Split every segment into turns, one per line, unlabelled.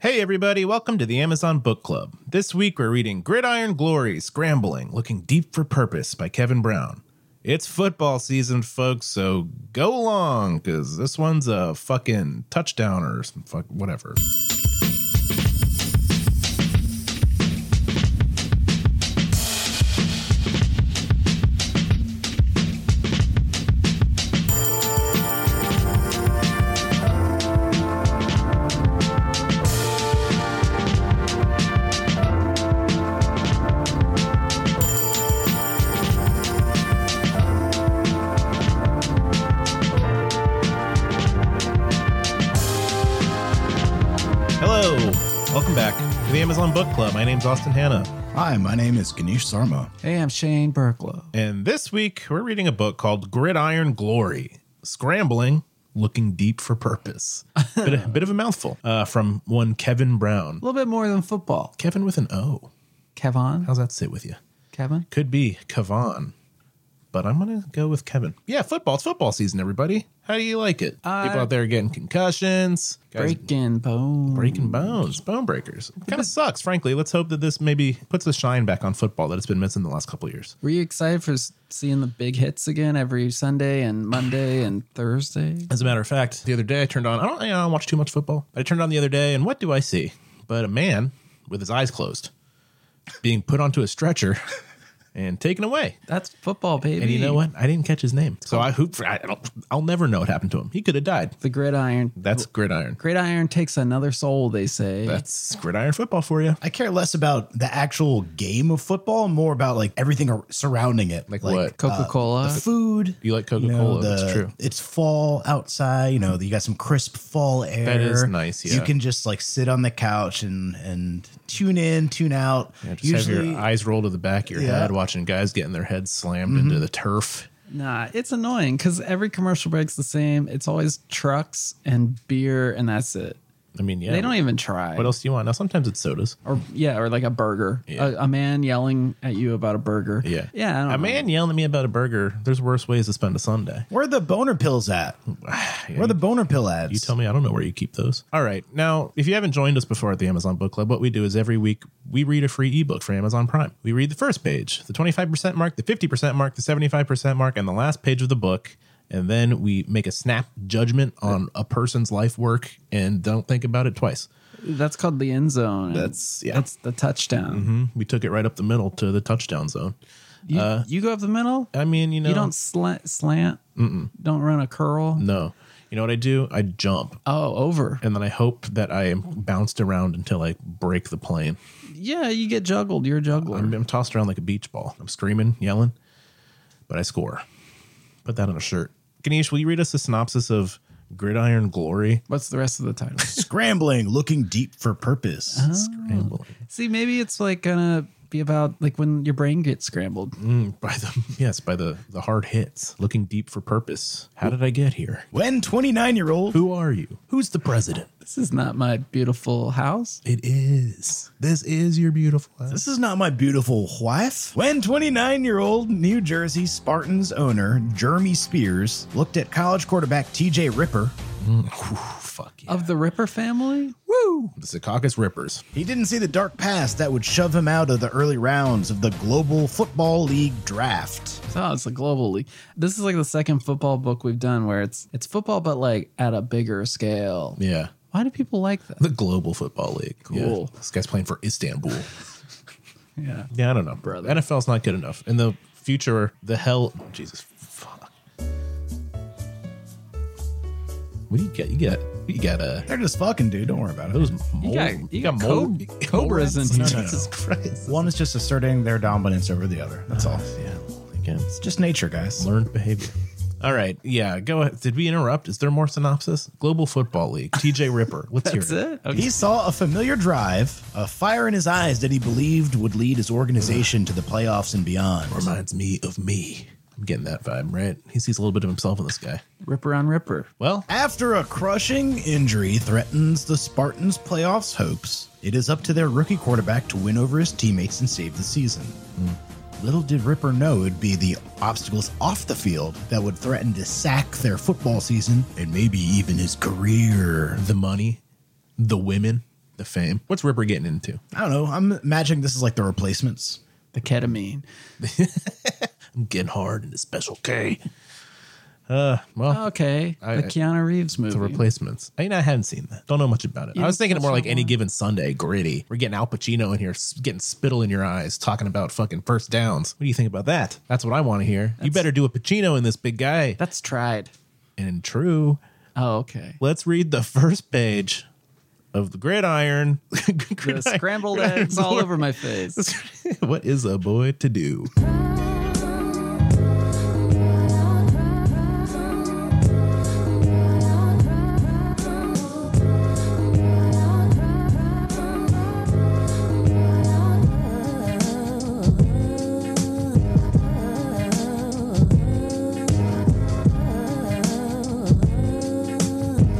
Hey, everybody, welcome to the Amazon Book Club. This week we're reading Gridiron Glory Scrambling Looking Deep for Purpose by Kevin Brown. It's football season, folks, so go along, because this one's a fucking touchdown or some fuck, whatever. Hello, welcome back to the Amazon Book Club. My name's Austin Hanna.
Hi, my name is Ganesh Sarma.
Hey, I'm Shane Burklow.
And this week, we're reading a book called Gridiron Glory Scrambling, Looking Deep for Purpose. bit, a, bit of a mouthful uh, from one Kevin Brown.
A little bit more than football.
Kevin with an O.
Kevon?
How's that sit with you?
Kevin?
Could be Kavan, but I'm going to go with Kevin. Yeah, football. It's football season, everybody. How do you like it? People out there getting concussions, guys
Breaking bone.
breaking bones, bone breakers. Kind of sucks, frankly. Let's hope that this maybe puts the shine back on football that it's been missing the last couple of years.
Were you excited for s- seeing the big hits again every Sunday and Monday and Thursday?
As a matter of fact, the other day I turned on, I don't, you know, I don't watch too much football. I turned on the other day, and what do I see? But a man with his eyes closed being put onto a stretcher and taken away.
That's football, baby.
And you know what? I didn't catch his name. So I hoop for, I don't, I'll never know what happened to him. He could have died.
The gridiron.
That's gridiron.
Gridiron takes another soul, they say.
That's gridiron football for you.
I care less about the actual game of football, more about like everything ar- surrounding it. uh,
Like what?
Coca Cola.
The food.
You like
you know,
Coca-Cola,
the-
that's true.
It's fall outside. You know, you got some crisp fall air.
is nice, yeah.
You can just like sit on the couch and and tune in, tune out.
Yeah, just have your eyes roll to the back of your
Yeah.
head watching guys getting their heads slammed into
Mm-hmm.
the turf.
nah, it's annoying because every commercial break's the same. It's always trucks and beer, and that's it.
I mean, yeah.
They don't even try.
what else do you want? Now, sometimes it's sodas.
Or yeah, or like a burger. A, a man yelling at you about a burger.
Yeah.
yeah. I don't
A
know.
man yelling at me about a burger, there's worse ways to spend a Sunday.
Where are the boner pills at? Where are the boner pill ads?
You tell me, I don't know where you keep those. All right. Now, if you haven't joined us before at the Amazon Book Club, what we do is every week we read a free ebook for Amazon Prime. We read the first page, the 25% mark, the 50% mark, the 75% mark, and the last page of the book. And then we make a snap judgment on a person's life work and don't think about it twice.
That's called the end zone. and
That's- yeah. Mm-hmm.
That's the touchdown.
We took it right up the middle to the touchdown zone.
You,
Uh,
you go up the middle.
I mean, you know,
You don't slant. slant Don't run a curl.
no. You know what I do? I jump
Oh, over.
and then I hope that I am bounced around until I break the plane.
Yeah, you get juggled. You're a juggler.
I'm, I'm tossed around like a beach ball. I'm screaming, yelling, but I score. Put that on a shirt. Ganesh, will you read us a synopsis of Gridiron Glory?
What's the rest of the title?
Scrambling, looking deep for purpose.
Uh-huh. Scrambling
See, maybe it's like gonna be about like when your brain gets scrambled.
by the yes, by the the hard hits. Looking deep for purpose. How did I get here?
When 29 year old
Who are you? Who's the president?
This is not my beautiful house.
It is. This is your beautiful. house.
This is not my beautiful wife. When 29 year old New Jersey Spartans owner Jeremy Spears looked at college quarterback TJ Ripper,
Ooh, fuck yeah.
Of the Ripper family?
Woo! The Secaucus Rippers.
he didn't see the dark past that would shove him out of the early rounds of the Global Football League draft.
Oh, it's a global league. This is like the second football book we've done where it's it's football but like at a bigger scale.
Yeah.
Why do people like that?
The Global Football League. Yeah.
Cool.
This guy's playing for Istanbul.
Yeah.
Yeah, I don't know, brother. NFL's not good enough. In the future, the hell, Jesus, fuck. What do you get? You got you got a
They're just fucking, dude. Don't worry about it.
those mole,
got- you got
mole-
co- cobras
mole rats?
in
No,
here.
Jesus Christ.
One is just asserting their dominance over the other. That's all.
Yeah, again, it's
It's just nature, guys.
learned behavior. All right, yeah, go ahead. Did we interrupt? Is there more synopsis? Global Football League, TJ Ripper. Let's hear
That's it? Okay.
He saw a familiar drive, a fire in his eyes that he believed would lead his organization to the playoffs and beyond.
Reminds me of me. I'm getting that vibe, right? He sees a little bit of himself in this guy.
Ripper on Ripper.
Well,
After a crushing injury threatens the Spartans' playoffs hopes, it is up to their rookie quarterback to win over his teammates and save the season.
Hmm.
Little did Ripper know it'd be the obstacles off the field that would threaten to sack their football season and maybe even his career.
the money, the women, the fame. What's Ripper getting into?
I don't know. I'm imagining this is like the replacements.
The ketamine.
I'm getting hard into Special K. Uh, well,
Oh, Okay.
I-
the Keanu Reeves movie.
the replacements. I mean, I haven't seen that. Don't know much about it. I was thinking it more like any given Sunday, gritty. We're getting Al Pacino in here, s- getting spittle in your eyes, talking about fucking first downs. What do you think about that? That's what I want to hear. you better do a Pacino in this big guy.
That's tried.
And true.
Oh, okay.
Let's read the first page of the gridiron.
The
Gridiron-
scrambled
gridiron
eggs all
board.
over my face.
what is a boy to do?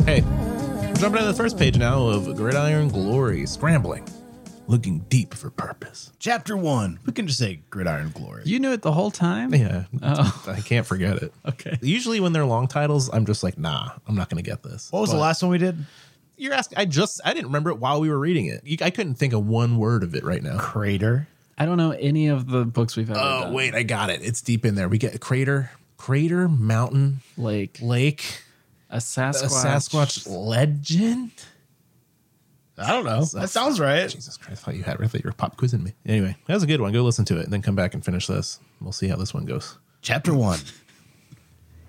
Hey, we're jumping to the first page now of Gridiron Glory Scrambling, looking deep for purpose.
Chapter one. We can just say Gridiron Glory.
You knew it the whole time?
Yeah, I can't forget it.
Okay.
Usually when they're long titles, I'm just like, nah, I'm not gonna get this.
what was
But
the last one we did?
You're asking. I just I didn't remember it while we were reading it. You, I couldn't think of one word of it right now.
Crater.
I don't know any of the books we've ever
Oh
done.
wait, I got it. It's deep in there. We get crater, crater, mountain,
Like
lake,
a Sasquatch.
a Sasquatch legend.
I don't know. That sounds right.
Jesus Christ! I thought you had. I thought you were pop quizzing me. Anyway, that was a good one. Go listen to it and then come back and finish this. We'll see how this one goes.
Chapter 1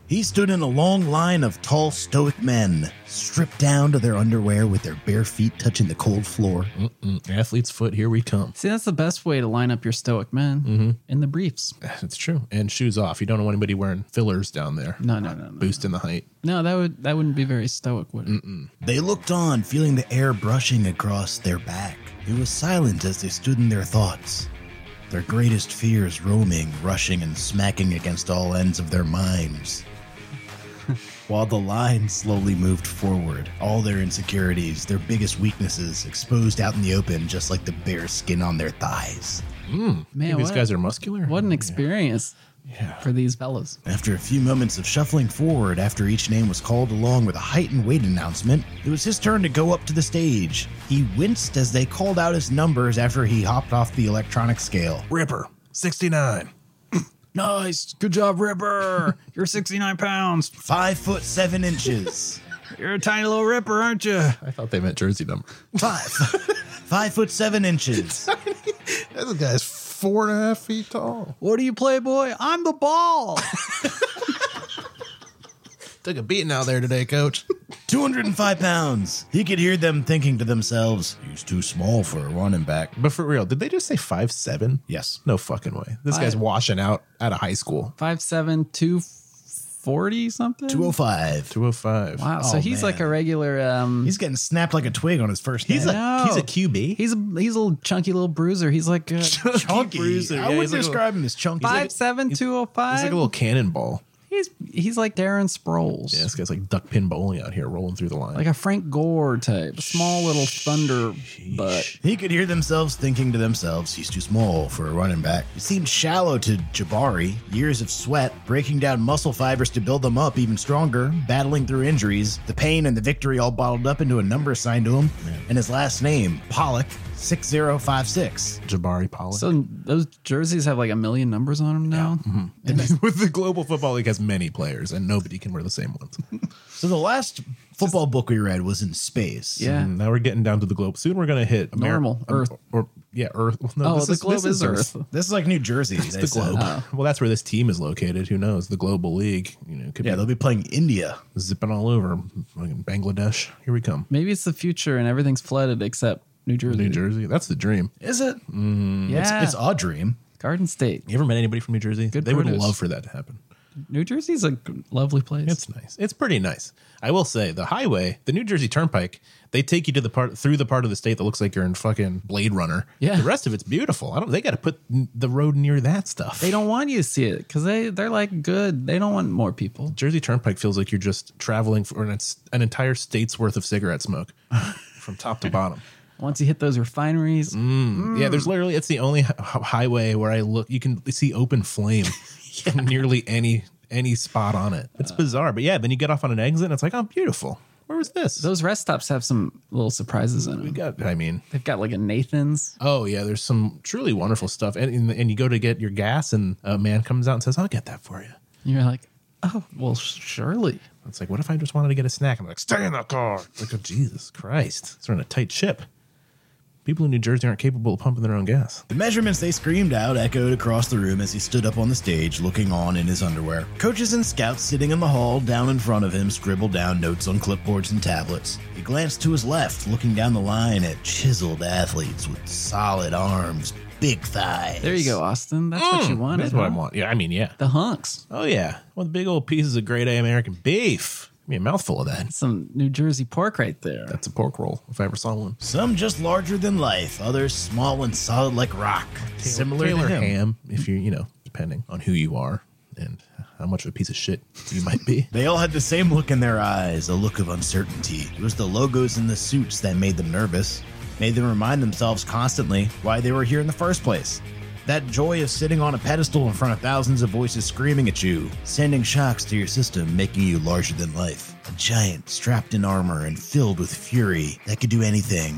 He stood in a long line of tall, stoic men, stripped down to their underwear with their bare feet touching the cold floor.
Mm, athlete's foot, here we come.
See, that's the best way to line up your stoic men
Mm-hmm.
in the briefs.
It's true. And shoes off. You don't want anybody wearing fillers down there.
No, no, no, no.
Boosting the height.
No, that would that wouldn't be very stoic, would it?
They looked on, feeling the air brushing across their back. It was silent as they stood in their thoughts, their greatest fears roaming, rushing, and smacking against all ends of their minds. While the line slowly moved forward, all their insecurities, their biggest weaknesses, exposed out in the open, just like the bare skin on their thighs.
Man,
Maybe these
what-
guys are muscular.
What an experience for these fellas.
After a few moments of shuffling forward after each name was called along with a height and weight announcement, it was his turn to go up to the stage. He winced as they called out his numbers after he hopped off the electronic scale.
Ripper, 69.
Nice. Good job, Ripper. You're 69 pounds.
Five foot seven inches.
You're a tiny little Ripper, aren't you?
I thought they meant jersey number.
Five. Five foot seven inches.
This guy's four and a half feet tall.
What do you play, boy? I'm the ball.
Took a beating out there today, coach.
205 pounds. He could hear them thinking to themselves, he's too small for a running back.
but for real, did they just say five seven?
Yes.
No fucking way. This guy's
Five.
washing out out of high school.
Five seven two forty something.
205.
205.
Wow. so
Oh,
he's
man.
like a regular. Um,
He's getting snapped like a twig on his first
He's
name.
a,
No.
he's a QB.
he's a he's a little chunky little bruiser. He's like a
chunky.
bruiser. Yeah,
I would
he's like a-
describe him as chunky.
five seven two oh
he's like
five.
a little cannonball.
He's he's like Darren Sproles.
Yeah, this guy's like duck pin bowling out here, rolling through the line.
Like a Frank Gore type, a small little thunder butt.
He could hear themselves thinking to themselves, he's too small for a running back. It seemed shallow to Jabari. Years of sweat, breaking down muscle fibers to build them up even stronger, battling through injuries, the pain and the victory all bottled up into a number assigned to him, and his last name, Pollock, 6056.
Jabari Pollock.
So those jerseys have like a million numbers on them now.
Mm-hmm. With the Global Football League has many players, and nobody can wear the same ones.
So the last football book we read was in space.
Yeah.
And Mm, now we're getting down to the globe. Soon we're going to hit Ameri-
Normal, Earth.
Or, yeah, Earth. Well, no,
Oh,
this
the
is-
globe
this
is, Earth.
This is like New Jersey. they
the
said.
globe. Well, that's where this team is located. Who knows? The global league, you know, could
Yeah,
be
they'll be playing India.
zipping all over fucking Bangladesh. Here we come.
Maybe it's the future and everything's flooded except New Jersey.
New Jersey. That's the dream.
Is it?
Yeah.
It's a dream.
Garden State.
You ever met anybody from New Jersey?
Good
they would
produce.
love for that to happen.
New Jersey's a g- lovely place.
It's nice. It's pretty nice. I will say the highway, the New Jersey Turnpike, they take you to the part through the part of the state that looks like you're in fucking Blade Runner.
Yeah.
The rest of it's beautiful. I don't they gotta put n- the road near that stuff.
they don't want you to see it because they they're like good. They don't want more people.
Jersey Turnpike feels like you're just traveling for an, its- an entire state's worth of cigarette smoke from top to bottom.
Once you hit those refineries,
Yeah, there's literally it's the only h- h- highway where I look you can see open flame from nearly any any spot on it. It's bizarre, but yeah, then you get off on an exit and it's like, "Oh, beautiful." Where was this?
Those rest stops have some little surprises in
we
them.
got. I mean,
They've got like a Nathan's.
oh yeah, there's some truly wonderful stuff. And and, and you go to get your gas, and a man comes out and says, "I'll get that for you."
And you're like, oh, well, surely.
It's like, what if I just wanted to get a snack? I'm like, stay in the car. It's like, oh, Jesus Christ. It's on a tight ship. People in New Jersey aren't capable of pumping their own gas.
The measurements they screamed out echoed across the room as he stood up on the stage, looking on in his underwear. Coaches and scouts sitting in the hall down in front of him scribbled down notes on clipboards and tablets. He glanced to his left, looking down the line at chiseled athletes with solid arms, big thighs.
There you go, Austin. That's what you wanted.
Mm, That's what I
huh?
want. Yeah, I mean, yeah.
The hunks.
Oh, yeah. One of the big old pieces of great A American beef. Give me a mouthful of that.
Some New Jersey pork right there.
That's a pork roll, if I ever saw one.
Some just larger than life, others small and solid like rock. Similar
Taylor
to him.
ham, if you're, you know, depending on who you are and how much of a piece of shit you might be.
They all had the same look in their eyes, a look of uncertainty. It was the logos in the suits that made them nervous, made them remind themselves constantly why they were here in the first place. That joy of sitting on a pedestal in front of thousands of voices screaming at you, sending shocks to your system, making you larger than life. A giant strapped in armor and filled with fury that could do anything.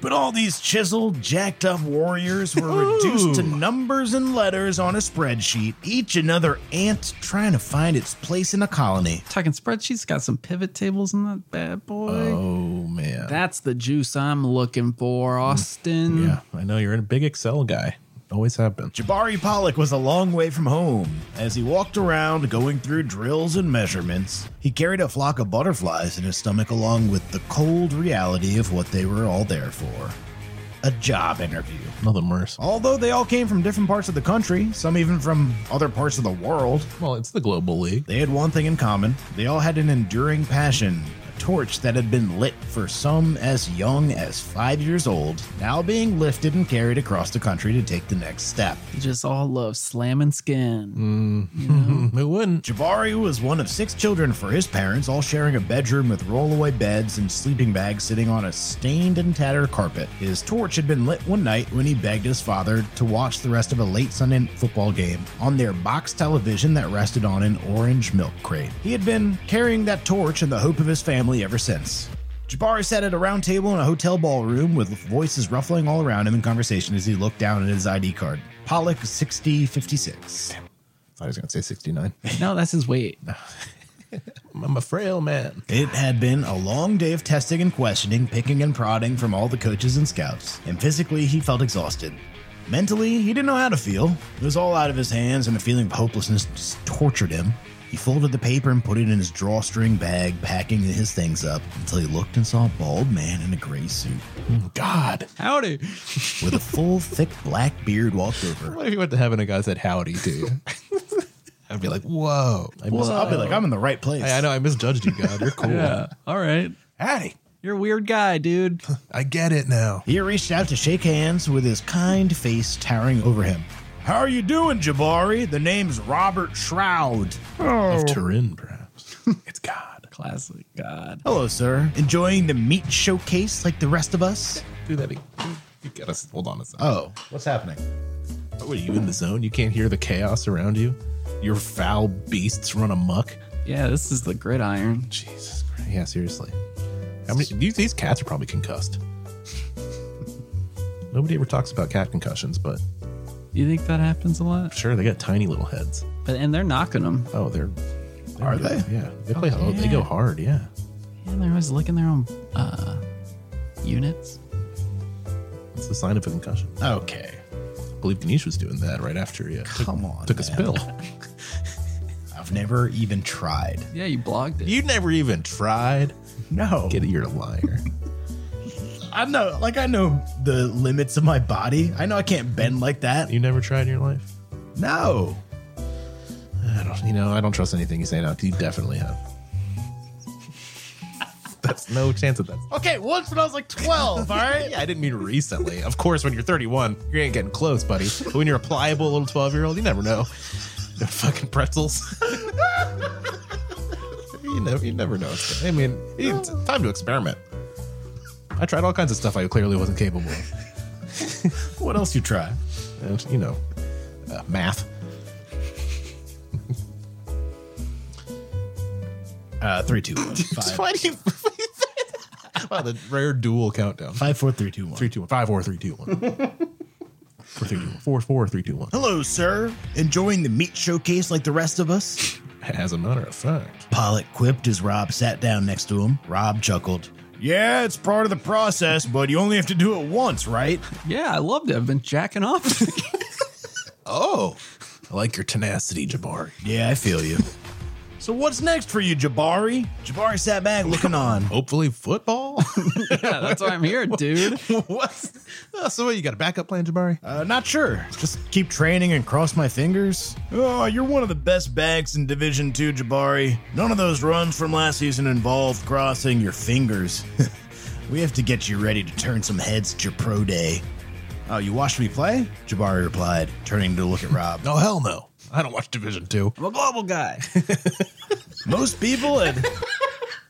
But all these chiseled, jacked up warriors were reduced to
Ooh.
numbers and letters on a spreadsheet, each another ant trying to find its place in a colony.
Talking spreadsheets, got some pivot tables in that bad boy.
Oh, man.
That's the juice I'm looking for, Austin.
yeah, I know you're a big Excel guy. Always have been.
Jabari Pollock was a long way from home. As he walked around, going through drills and measurements, he carried a flock of butterflies in his stomach along with the cold reality of what they were all there for a job interview.
Nothing worse.
Although they all came from different parts of the country, some even from other parts of the world,
Well, it's the Global League.
they had one thing in common they all had an enduring passion. a Torch that had been lit for some as young as five years old, now being lifted and carried across the country to take the next step.
You just all love slamming skin.
Who wouldn't?
Jabari was one of six children for his parents, all sharing a bedroom with rollaway beds and sleeping bags sitting on a stained and tattered carpet. His torch had been lit one night when he begged his father to watch the rest of a late Sunday night football game on their box television that rested on an orange milk crate. He had been carrying that torch in the hope of his family ever since. Jabari sat at a round table in a hotel ballroom with voices ruffling all around him in conversation as he looked down at his ID card. Pollock 6056.
thought he was going to say 69.
No, that's his weight.
I'm a frail man.
It had been a long day of testing and questioning, picking and prodding from all the coaches and scouts, and physically he felt exhausted. Mentally, he didn't know how to feel. It was all out of his hands, and a feeling of hopelessness just tortured him. He folded the paper and put it in his drawstring bag, packing his things up until he looked and saw a bald man in a gray suit
God.
Howdy.
with a full, thick black beard walked over.
What if you went to heaven and a guy said howdy to you? I'd be like, whoa. I, mis-
Well, I'll be like, I'm in the right place.
"Oh, I, I know I misjudged you, God. You're cool.
Yeah. All right.
Howdy.
You're a weird guy, dude.
I get it now.
He reached out to shake hands with his kind face towering over him. How are you doing, Jabari? The name's Robert Shroud. Oh.
Of Turin, perhaps. it's God.
Classic God.
Hello, sir. Enjoying the meat showcase like the rest of us?
Do that again. You gotta s- hold on a second.
Oh, what's happening?
What, are you in the zone? You can't hear the chaos around you? Your foul beasts run amok?
Yeah, this is the gridiron.
Jesus Christ. Yeah, seriously. How many these, these cats are probably concussed. Nobody ever talks about cat concussions, but
You think that happens a lot?
sure they got tiny little heads.
But and they're knocking them.
Oh, they're, they're
Are
good.
they?
Yeah, they play.
Oh,
Oh, they go
yeah.
hard. Yeah,
And they're always licking their own uh, units.
it's a sign of a concussion.
Okay.
I believe Ganesh was doing that right after he uh, took,
Come on,
took
man.
his pill.
I've never even tried.
Yeah, you blogged it.
You never even tried.
No.
Get it? You're a liar.
I know, like, I know the limits of my body. I know I can't bend like that.
you never tried in your life.
No.
I don't. You know, I don't trust anything you say now because you definitely have. That's no chance of that.
Okay, once when I was like 12, all right?
Yeah, I didn't mean recently. Of course, when you're 31, you ain't getting close, buddy. But when you're a pliable little 12 year old, you never know. They're fucking pretzels. you never, you never know. I mean, it's time to experiment. I tried all kinds of stuff I clearly wasn't capable of.
What else you try?
And, you know, uh, math.
Uh, three, two, one, five.
Why do you? Wow, the rare dual countdown.
Five, four, three, two, one.
Three, two, one. Five, four, three, two, one. Four, three, two, one. Four, four, three, two, one.
Hello, sir. Enjoying the meat showcase like the rest of us?
As a matter of fact,
Pollock quipped as Rob sat down next to him. Rob chuckled. Yeah, it's part of the process, but you only have to do it once, right?
Yeah, I loved it. I've been jacking off.
oh, I like your tenacity, Jabari.
Yeah, I feel you. so what's next for you, Jabari? Jabari sat back looking on.
Hopefully, football.
yeah, that's why I'm here, dude.
what? Oh, so what, you got a backup plan, Jabari?
Uh, not sure. Just keep training and cross my fingers. Oh, you're one of the best backs in Division 2, Jabari. None of those runs from last season involved crossing your fingers. we have to get you ready to turn some heads at your pro day. Oh, you watched me play? Jabari replied, turning to look at Rob.
No, hell no. I don't watch Division Two.
I'm a global guy.
Most people at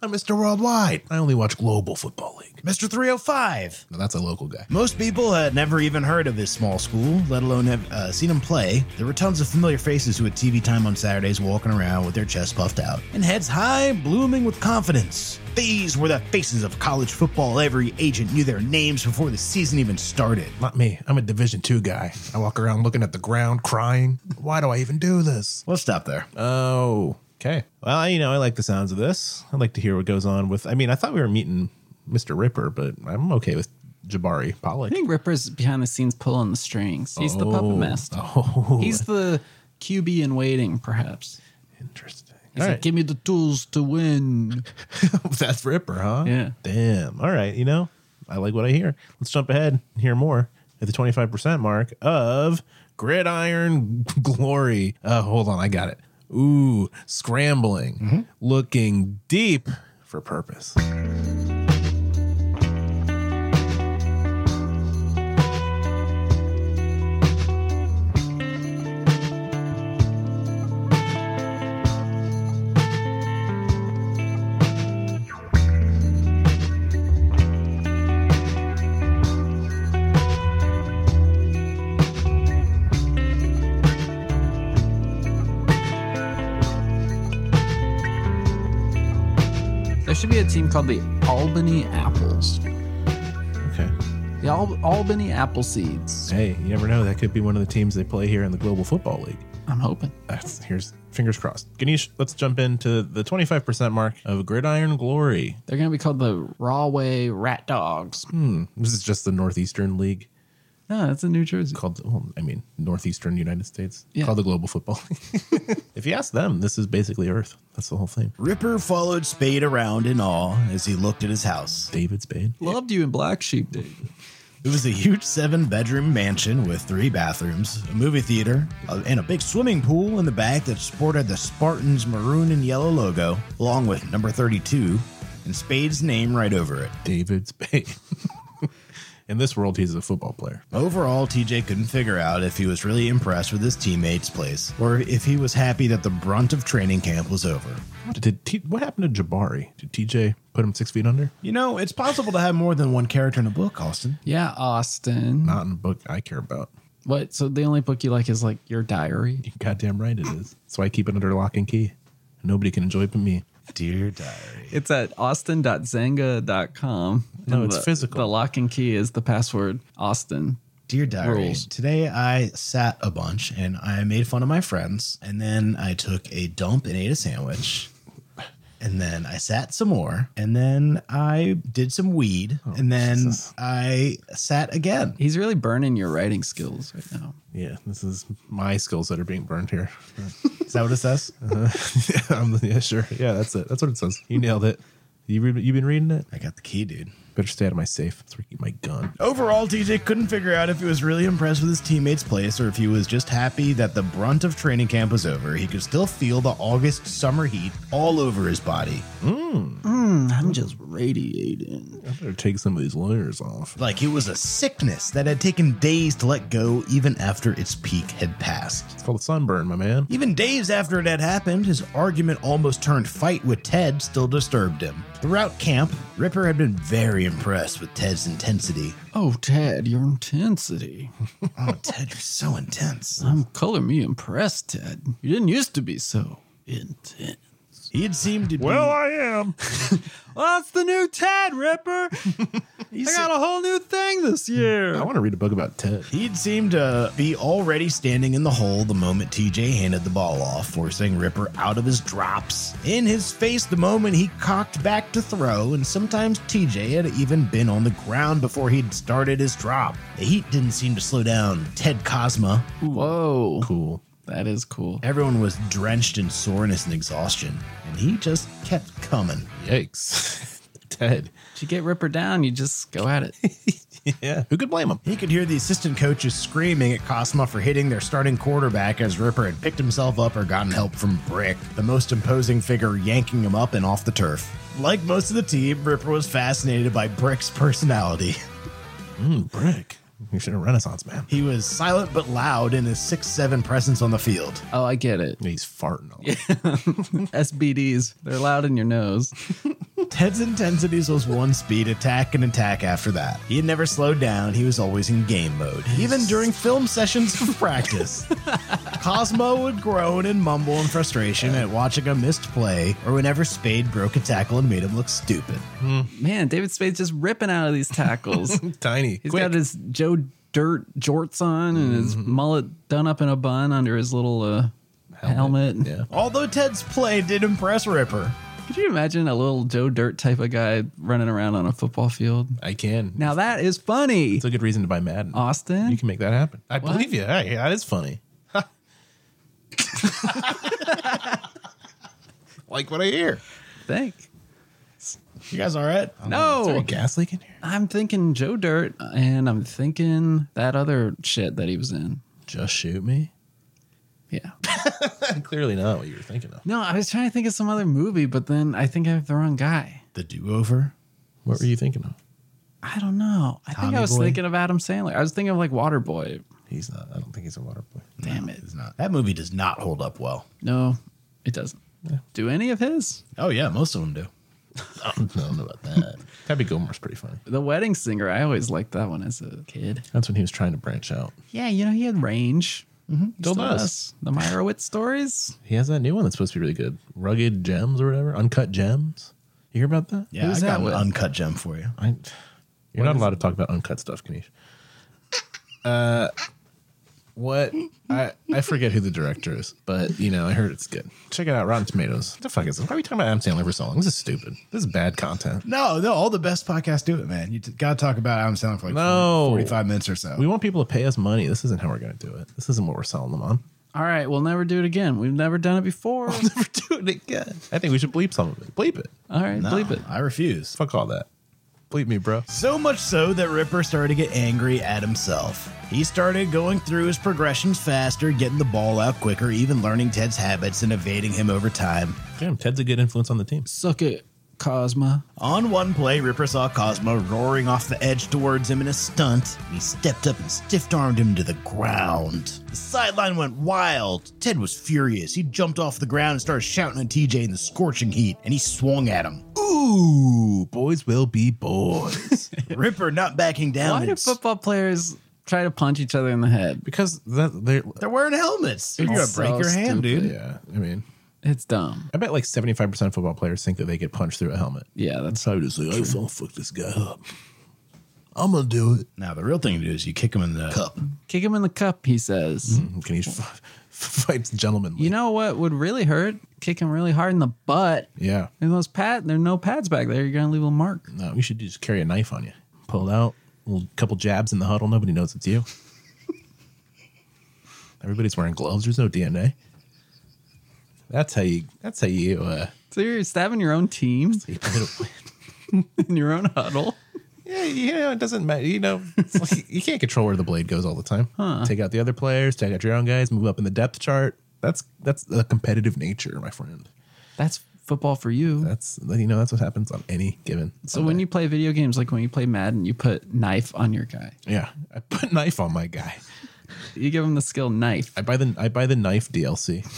I'm Mr. Worldwide. I only watch Global Football League.
Mr. 305.
No, that's a local guy.
Most people had never even heard of this small school, let alone have uh, seen him play. There were tons of familiar faces who had TV time on Saturdays walking around with their chests puffed out and heads high, blooming with confidence. These were the faces of college football. Every agent knew their names before the season even started.
Not me. I'm a Division Two guy. I walk around looking at the ground, crying. Why do I even do this?
Let's stop there.
Oh, okay. Well, you know, I like the sounds of this. I'd like to hear what goes on with. I mean, I thought we were meeting Mr. Ripper, but I'm okay with Jabari Pollock.
I think Ripper's behind the scenes pulling the strings. He's the puppet master.
Oh,
He's the QB in waiting, perhaps.
interesting.
He's
All
like,
right.
give me the tools to win.
That's Ripper, huh?
Yeah.
Damn. All right. You know, I like what I hear. Let's jump ahead and hear more at the 25% mark of Gridiron Glory. Uh, hold on. I got it. Ooh, scrambling, looking deep for purpose.
There should be a team called the Albany Apples.
Okay.
The Al- Albany Apple Seeds.
Hey, you never know. That could be one of the teams they play here in the Global Football League.
I'm hoping.
That's here's fingers crossed. Ganesh, let's jump into the 25% mark of Gridiron Glory.
They're going to be called the Rawway Rat Dogs.
This is just the Northeastern League.
No, Hmm. Ah, that's in New Jersey.
called well, I mean northeastern United States
Yeah.
called the global football. if you ask them, this is basically Earth. That's the whole thing.
Ripper followed Spade around in awe as he looked at his house.
David Spade.
Loved you in Black Sheep, dude.
It was a huge seven bedroom mansion with three bathrooms, a movie theater, a- and a big swimming pool in the back that sported the Spartans maroon and yellow logo, along with number 32 and Spade's name right over it.
David Spade. In this world, he's a football player.
Overall, TJ couldn't figure out if he was really impressed with his teammates' place or if he was happy that the brunt of training camp was over.
What did T- what happened to Jabari? Did TJ put him six feet under?
You know, it's possible to have more than one character in a book, Austin.
Yeah, Austin.
Not in a book I care about.
What? So the only book you like is like your diary?
You goddamn right it is. That's why I keep it under lock and key. Nobody can enjoy it but me.
Dear diary.
It's at austin.zanga.com.
No,
And
it's
the-
physical.
The lock and key is the password Austin.
Dear diary,
Rules.
today I sat a bunch and I made fun of my friends, and then I took a dump and ate a sandwich, and then I sat some more, and then I did some weed, and then
Jesus.
I sat again.
He's really burning your writing skills right now.
Yeah, this is my skills that are being burned here.
Is that what it says?
yeah, I'm, yeah, sure. Yeah, that's it. That's what it says. You nailed it. You re- you been reading it?
I got the key, dude.
Better stay out of my safe. That's where I keep my gun.
Overall, TJ couldn't figure out if he was really impressed with his teammates' place or if he was just happy that the brunt of training camp was over. He could still feel the August summer heat all over his body.
I'm just radiating.
I better take some of these lawyers off.
Like it was a sickness that had taken days to let go even after its peak had passed.
It's called sunburn, my man.
Even days after it had happened, his argument almost turned fight with Ted still disturbed him. Throughout camp, Ripper had been very impressed with Ted's intensity.
Oh, Ted, your intensity.
Oh, Ted, you're so intense.
I'm color me impressed, Ted. You didn't used to be so intense.
He'd seemed to be,
I am.
that's the new Tad Ripper.
he
I
se-
got a whole new thing this
I
year.
want to read a book about Ted.
He'd seemed to be already standing in the hole the moment TJ handed the ball off, forcing Ripper out of his drops. In his face the moment he cocked back to throw, and sometimes TJ had even been on the ground before he'd started his drop. The heat didn't seem to slow down Ted Cosma.
Whoa,
Cool.
that is cool.
Everyone was drenched in soreness and exhaustion, and he just kept coming.
Yikes. Ted.
If you get Ripper down, you just go at it.
Yeah. Who could blame him?
He could hear the assistant coaches screaming at Cosma for hitting their starting quarterback as Ripper had picked himself up or gotten help from Brick, the most imposing figure yanking him up and off the turf. Like most of the team, Ripper was fascinated by Brick's personality.
Mm, Brick. You should have Renaissance man.
He was silent but loud in his 6'7 presence on the field.
Oh, I get it.
He's farting. all over.
SBDs, they're loud in your nose.
Ted's intensities was one speed attack and attack after that. He had never slowed down, he was always in game mode, even during film sessions of practice. Cosmo would groan and mumble in frustration at watching a missed play or whenever Spade broke a tackle and made him look stupid.
Man, David Spade's just ripping out of these tackles.
Tiny.
He's
Quick.
got his Joe Dirt jorts on and his mullet done up in a bun under his little uh, helmet.
Yeah.
Although Ted's play did impress Ripper,
Could you imagine a little Joe Dirt type of guy running around on a football field?
I can.
Now that is funny,
it's a good reason to buy Madden.
Austin.
You can make that happen. I
What?
believe you. Hey, that is funny. like what I hear.
think.
you guys all right? Um,
Is there a
No,
gas leak in here?
I'm thinking Joe Dirt, and I'm thinking that other shit that he was in.
Just shoot me.
Yeah.
Clearly not what you were thinking of.
No, I was trying to think of some other movie, but then I think I have the wrong guy.
The do over?
What were you thinking of?
I don't know. I think
Tommy
I was
Boy?
thinking of Adam Sandler. I was thinking of like Waterboy.
He's not. I don't think he's a water boy.
Damn it.
It's not. That movie does not hold up well.
No, it doesn't. Do any of his?
Oh, yeah, most of them do.
I don't know about that. Happy Gilmore's pretty funny.
The Wedding Singer. I always liked that one as a kid.
That's when he was trying to branch out.
Yeah, you know, he had range. Mm-hmm.
Still does.
The Meyerowitz stories.
He has that new one that's supposed to be really good. Rugged Gems or whatever. Uncut Gems. You hear about that?
Yeah,
Who's
I
that
got an
with?
uncut gem for you.
I, you're not allowed to talk about uncut stuff, Kanish. Uh, what? I I forget who the director is, but you know I heard it's good. Check it out, Rotten Tomatoes. What the fuck is this? Why are we talking about Adam Sandler for so long? This is stupid. This is bad content.
No, no, all the best podcasts do it, man. You t- got to talk about Adam Sandler for like
No.
40, 45 minutes or so.
We want people to pay us money. This isn't how we're going to do it. This isn't what we're selling them on.
All right, we'll never do it again. We've never done it before.
We're doing it again. I think we should bleep some of it. Bleep it.
All right,
No,
bleep it.
I refuse.
Fuck all that. Bleep me, bro.
So much so that Ripper started to get angry at himself. He started going through his progressions faster, getting the ball out quicker, even learning Ted's habits and evading him over time.
Damn, Ted's a good influence on the team.
Suck it, Cosma.
On one play, Ripper saw Cosmo roaring off the edge towards him in a stunt. He stepped up and stiff armed him to the ground. The sideline went wild. Ted was furious. He jumped off the ground and started shouting at TJ in the scorching heat, and he swung at him.
Ooh, boys will be boys.
Ripper not backing down.
Why do
and
football players try to punch each other in the head?
because that they're
They're wearing helmets. Dude,
you
you gotta
gotta So
break your hand,
stupid.
dude.
yeah. I mean.
It's dumb.
I bet like 75% of football players think that they get punched through a helmet.
Yeah, that's
So I would just like, I just want to fuck this guy up. I'm going to do it.
Now the real thing to do is you kick him in the cup.
kick him in the cup. He says.
Mm-hmm.
Mm-hmm. Can he f- fights gentlemanly?
You know what would really hurt? Kick him really hard in the butt.
yeah.
And those pad, there are no pads back there. You're gonna leave a mark.
No, you should just carry a knife on you. Pull it out, little couple jabs in the huddle. Nobody knows it's you. Everybody's wearing gloves. There's no DNA. That's how you. That's how you. Uh,
So you're stabbing your own team
you put it-
in your own huddle.
Yeah, you know, it doesn't matter. You know, it's like you can't control where the blade goes all the time. Take out the other players, take out your own guys, move up in the depth chart. That's that's the competitive nature, my friend.
That's football for you.
That's you know that's what happens on any given.
So when you play video games, like when you play Madden, you put knife on your guy.
yeah, I put knife on my guy.
You give him the skill knife.
I buy the I buy the knife DLC.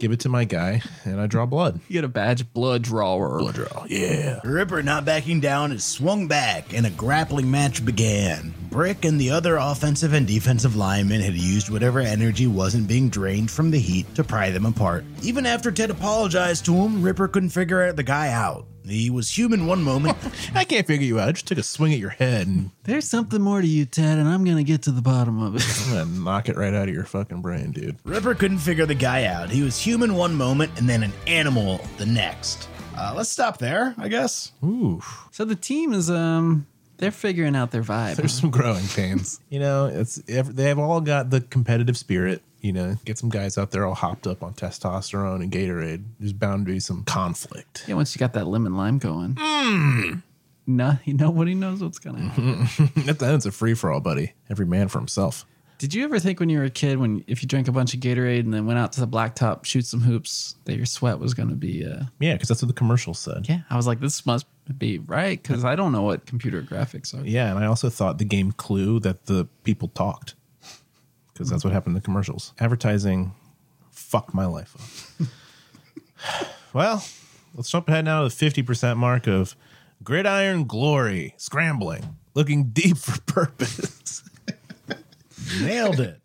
give it to my guy, and I draw blood.
You get a badge, blood drawer.
Blood draw. Yeah.
Ripper, not backing down, is swung back, and a grappling match began. Brick and the other offensive and defensive linemen had used whatever energy wasn't being drained from the heat to pry them apart. Even after Ted apologized to him, Ripper couldn't figure the guy out. He was human one moment,
I can't figure you out. I just took a swing at your head and
There's something more to you, Ted, and I'm gonna get to the bottom of it.
I'm gonna knock it right out of your fucking brain, dude.
Ripper couldn't figure the guy out. He was human one moment and then an animal the next. Uh, let's stop there, I guess.
Ooh,
so the team is um, they're figuring out their vibe.
there's some growing pains. You know, it's ev- they've all got the competitive spirit. You know, get some guys out there all hopped up on testosterone and Gatorade. There's bound to be some conflict.
yeah, once you got that lemon lime going, Mm. no, nobody knows what's gonna happen.
At the end, it's a free for all, buddy. Every man for himself.
Did you ever think when you were a kid, when if you drank a bunch of Gatorade and then went out to the blacktop, shoot some hoops, that your sweat was going to be? Uh,
Yeah, because that's what the commercial said.
yeah, I was like, this must be right because I don't know what computer graphics are.
Yeah, and I also thought the game Clue that the people talked because that's what happened in the commercials. Advertising fucked my life up. well, let's jump ahead now to the 50% mark of Gridiron Glory Scrambling, looking deep for purpose.
Nailed it.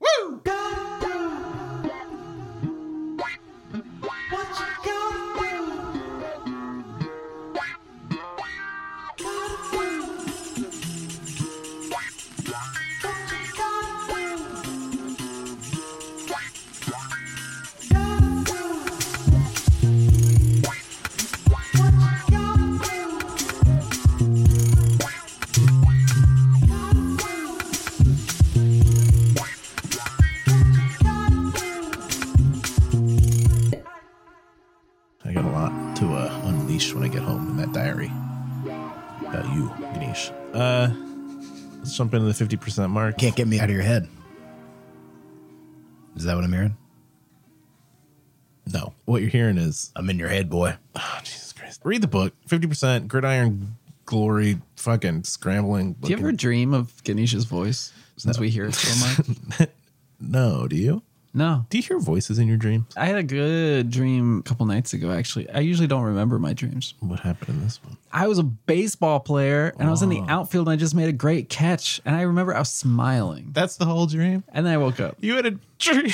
I got a lot to uh, unleash when I get home in that diary about you, Ganesh. Uh, let's jump into the 50% mark.
Can't get me out of your head. Is that what I'm hearing?
No, what you're hearing is
I'm in your head, boy.
Oh, Jesus Christ. Read the book. 50% Gridiron Glory fucking scrambling.
Do you ever dream of Ganesha's voice since we hear it so much?
No, do you?
no.
Do you hear voices in your dreams?
I had a good dream a couple nights ago, actually. I usually don't remember my dreams.
What happened in this one?
I was a baseball player and I was in the outfield and I just made a great catch. And I remember I was smiling.
That's the whole dream?
And then I woke up.
You had a dream.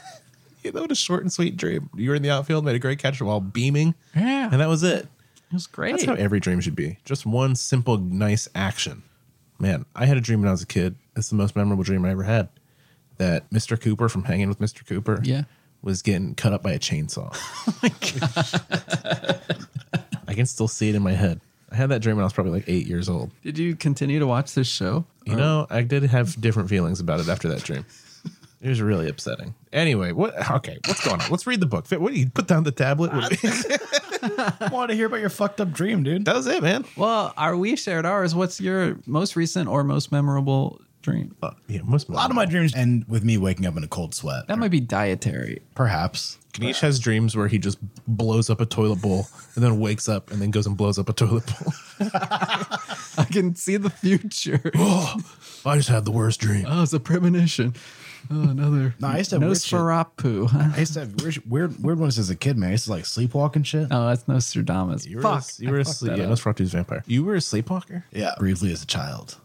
you know, what a short and sweet dream. You were in the outfield, made a great catch while beaming,
Yeah.
and that was it.
It was great.
That's how every dream should be. Just one simple, nice action. Man, I had a dream when I was a kid. It's the most memorable dream I ever had. That Mr. Cooper from Hanging with Mr. Cooper
Yeah.
was getting cut up by a chainsaw.
Oh
I can still see it in my head. I had that dream when I was probably like eight years old.
Did you continue to watch this show?
You
Oh.
know, I did have different feelings about it after that dream. It was really upsetting. Anyway, what? Okay, what's going on? Let's read the book. Fit, What do you put down the tablet?
I want to hear about your fucked up dream, dude.
that was it, man.
Well, are we shared ours? What's your most recent or most memorable dream?
Uh, yeah, most
A lot of my dreams end with me waking up in a cold sweat.
That might be dietary.
Perhaps.
Ganesh has dreams where he just blows up a toilet bowl and then wakes up and then goes and blows up a toilet bowl.
I can see the future.
I just had the worst dream.
Oh, it's a premonition. Oh, another.
No, I used to have weird shit.
Nosferatu.
I used to have weird, weird, weird ones as a kid, man. I used to like sleepwalk and shit.
Oh, that's Nostradamus.
You were
Fuck.
a, you were a sleep, yeah, Nosferatu's vampire. You were a sleepwalker.
Yeah, briefly as a child.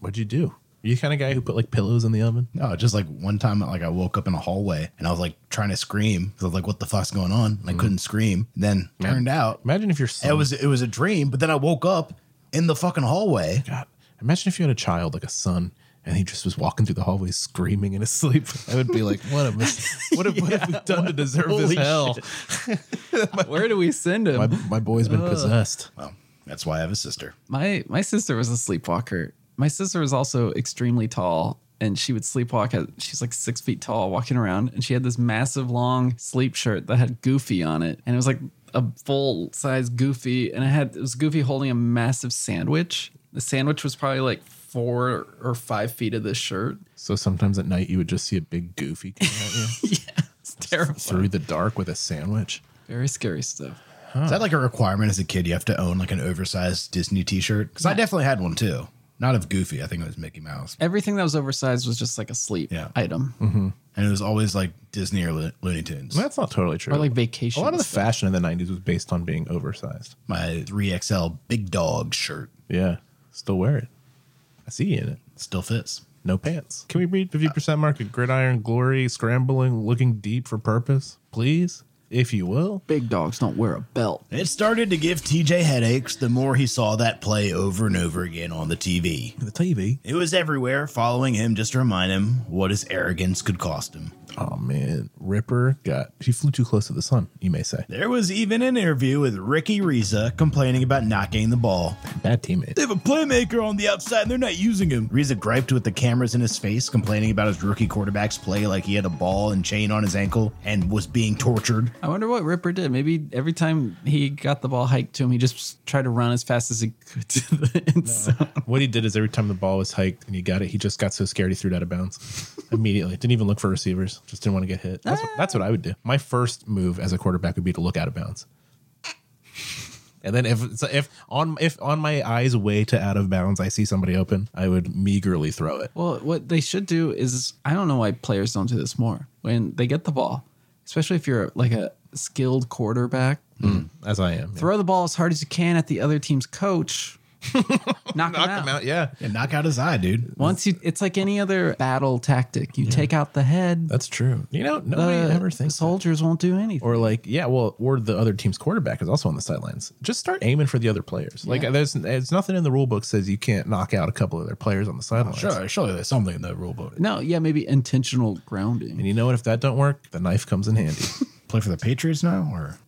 What'd you do? Are you the kind of guy who put like pillows in the oven?
No, just like one time, like I woke up in a hallway and I was like trying to scream 'cause I was like, "What the fuck's going on?" And I couldn't scream. Then turned out
Imagine if your son
it was it was a dream, but then I woke up in the fucking hallway.
God, imagine if you had a child like a son and he just was walking through the hallway screaming in his sleep. I would be like, what a mis- what, have, what have we done to deserve
Holy
this hell?
Where do we send him?
My,
My,
my boy's been possessed.
Well, that's why I have a sister.
my sister was a sleepwalker. My sister was also extremely tall. And she would sleepwalk. At, she's like six feet tall, walking around, and she had this massive long sleep shirt that had Goofy on it, and it was like a full size Goofy, and it had it was Goofy holding a massive sandwich. The sandwich was probably like four or five feet of this shirt.
So sometimes at night you would just see a big goofy coming at you
It's terrible.
through the dark with a sandwich.
Very scary stuff.
Is that like a requirement as a kid? You have to own like an oversized Disney T-shirt because I definitely had one too. Not of Goofy, I think it was Mickey Mouse.
Everything that was oversized was just like a sleep
Yeah.
item.
and it was always like Disney or Lo- Looney Tunes.
That's not totally true.
Or like vacation.
a lot of the
stuff.
fashion in the 90s was based on being oversized.
My 3XL Big Dog shirt
Yeah. Still wear it. I see you in it.
still fits.
No pants. Can we read 50% mark of gridiron glory, scrambling, looking deep for purpose? Please? If you will.
Big dogs don't wear a belt.
It started to give TJ headaches the more he saw that play over and over again on the TV.
The TV.
It was everywhere, following him just to remind him what his arrogance could cost him.
Oh, man. Ripper got. She flew too close to the sun, you may say.
There was even an interview with Ricky Riza complaining about not getting the ball.
Bad teammate.
They have a playmaker on the outside and they're not using him. Riza griped with the cameras in his face, complaining about his rookie quarterback's play like he had a ball and chain on his ankle and was being tortured.
I wonder what Ripper did. Maybe every time he got the ball hiked to him, he just tried to run as fast as he could to the end zone.
What he did is every time the ball was hiked and he got it, he just got so scared he threw it out of bounds immediately. Didn't even look for receivers. Just didn't want to get hit. That's, what, that's what I would do. My first move as a quarterback would be to look out of bounds. And then if so if on if on my eyes way to out of bounds, I see somebody open, I would meagerly throw it.
Well, what they should do is I don't know why players don't do this more when they get the ball, especially if you're like a skilled quarterback.
Mm. As I am.
Throw the ball as hard as you can at the other team's coach. knock,
Knock
him out.
him out, yeah.
And knock out his eye, dude.
Once you, it's like any other battle tactic. You take out the head. uh,
That's true. You know, nobody
the
ever thinks
soldiers won't do anything.
or like yeah well or the other team's quarterback is also on the sidelines just start aiming for the other players like
Yeah.
there's there's nothing in the rule book says you can't knock out a couple of their players on the sidelines
surely there's something in the rule book.
no, yeah, maybe intentional grounding.
and you know what if that don't work the knife comes in handy
Play for the Patriots now, or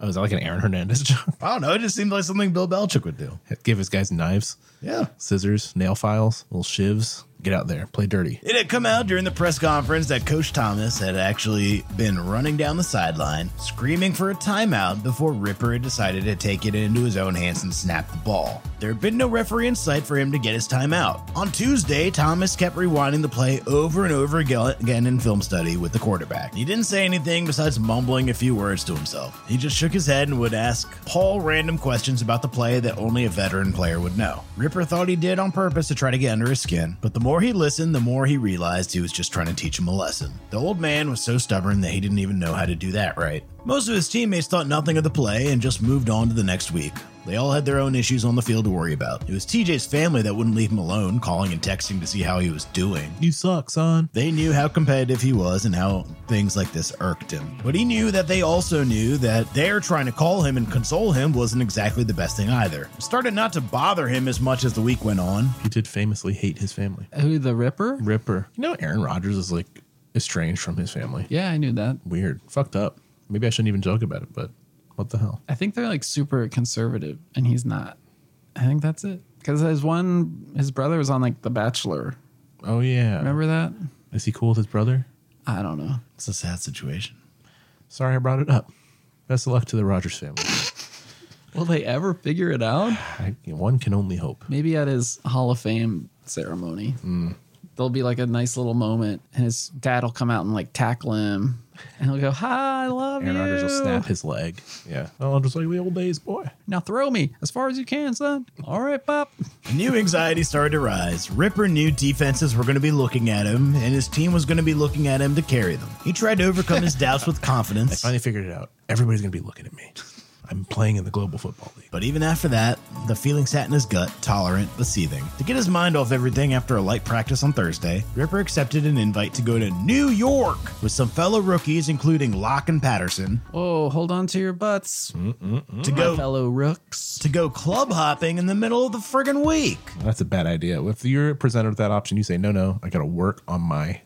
oh is that like an aaron hernandez joke
I don't know. It just seemed like something Bill Belichick would do.
give his guys knives
Yeah.
scissors nail files little shivs get out there play dirty
It had come out during the press conference that Coach Thomas had actually been running down the sideline, screaming for a timeout before Ripper had decided to take it into his own hands and snap the ball. There had been no referee in sight for him to get his timeout. On Tuesday, Thomas kept rewinding the play over and over aga- again in film study with the quarterback. He didn't say anything besides mumbling a few words to himself. He just shook his head and would ask Paul random questions about the play that only a veteran player would know. Ripper thought he did on purpose to try to get under his skin, but the more he listened, the more he realized he was just trying to teach him a lesson. The old man was so stubborn that he didn't even know how to do that right. Most of his teammates thought nothing of the play and just moved on to the next week. They all had their own issues on the field to worry about. It was TJ's family that wouldn't leave him alone, calling and texting to see how he was doing.
you suck son
They knew how competitive he was and how things like this irked him. But he knew that they also knew that their trying to call him and console him wasn't exactly the best thing either. It started not to bother him as much as the week went on.
he did famously hate his family
Who the Ripper?
ripper you know aaron Rodgers is like estranged from his family
Yeah, I knew that.
weird fucked up maybe i shouldn't even joke about it but what the hell
I think they're like super conservative, and he's not. I think that's it. Because his one, his brother was on like The Bachelor.
oh yeah
Remember that?
is he cool with his brother
I don't know.
It's a sad situation.
Sorry I brought it up. Best of luck to the Rogers family.
Will they ever figure it out?
I, one can only hope.
Maybe at his Hall of Fame ceremony, there'll be like a nice little moment, and his dad will come out and like tackle him, and he'll go, "Hi, I love
Aaron
you."
Rodgers will snap his leg. Yeah. Oh, I'm just like the old days, boy.
Now throw me as far as you can, son. All right, pop.
New anxiety started to rise. Ripper knew defenses were going to be looking at him, and his team was going to be looking at him to carry them. He tried to overcome his doubts with confidence.
Finally figured it out. Everybody's gonna be looking at me. I'm playing in the Global Football League.
But even after that, the feeling sat in his gut, tolerant but seething. To get his mind off everything after a light practice on Thursday, Ripper accepted an invite to go to New York with some fellow rookies, including Locke and Patterson,
Oh, hold on to your butts,
to
my
go
fellow rooks.
to go club hopping in the middle of the friggin' week.
That's a bad idea. If you're presented with that option, you say, no, no, I gotta work on my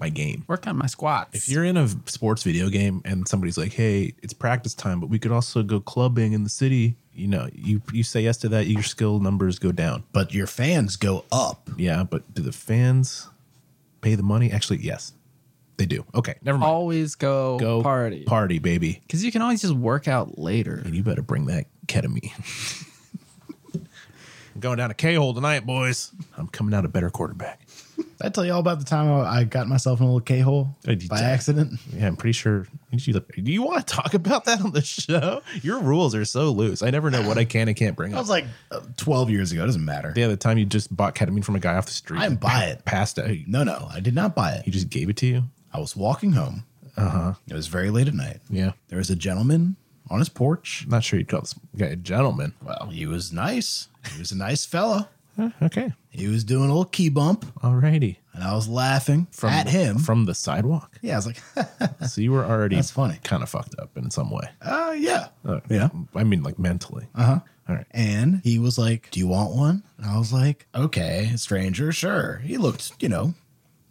my game.
Work on my squats.
If you're in a sports video game and somebody's like, hey, it's practice time, but we could also go clubbing in the city, you know, you you say yes to that, your skill numbers go down.
But your fans go up.
Yeah, but do the fans pay the money? Actually, yes, they do. Okay, never mind.
always go,
Go
party
party, baby.
because you can always just work out later.
And you better bring that ketamine. I'm going down a K hole tonight, boys. I'm coming out a better quarterback.
Did I tell you all about the time I I got myself in a little K hole
Hey, did
by
you-
accident?
Yeah, I'm pretty sure. did you- Do you want to talk about that on the show? Your rules are so loose. I never know what I can and can't bring
That
up.
was like uh, 12 years ago. It doesn't matter.
Yeah, the time you just bought ketamine from a guy off the street.
I didn't buy it.
Passed it.
No, no, I did not buy it.
He just gave it to you.
I was walking home. Uh-huh. It was very late at night.
Yeah.
There was a gentleman on his porch.
Not sure you'd call this guy a gentleman.
Well, he was nice. He was a nice fella.
Eh, okay.
He was doing a little key bump,
Alrighty.
and I was laughing
From
at him.
From the sidewalk.
yeah, I was like,
So you were already
That's funny.
kind of fucked up in some way.
uh, yeah,
Uh,
yeah.
I mean, like mentally.
Uh huh.
All right.
And he was like, Do you want one? And I was like, Okay, stranger, sure. He looked, you know,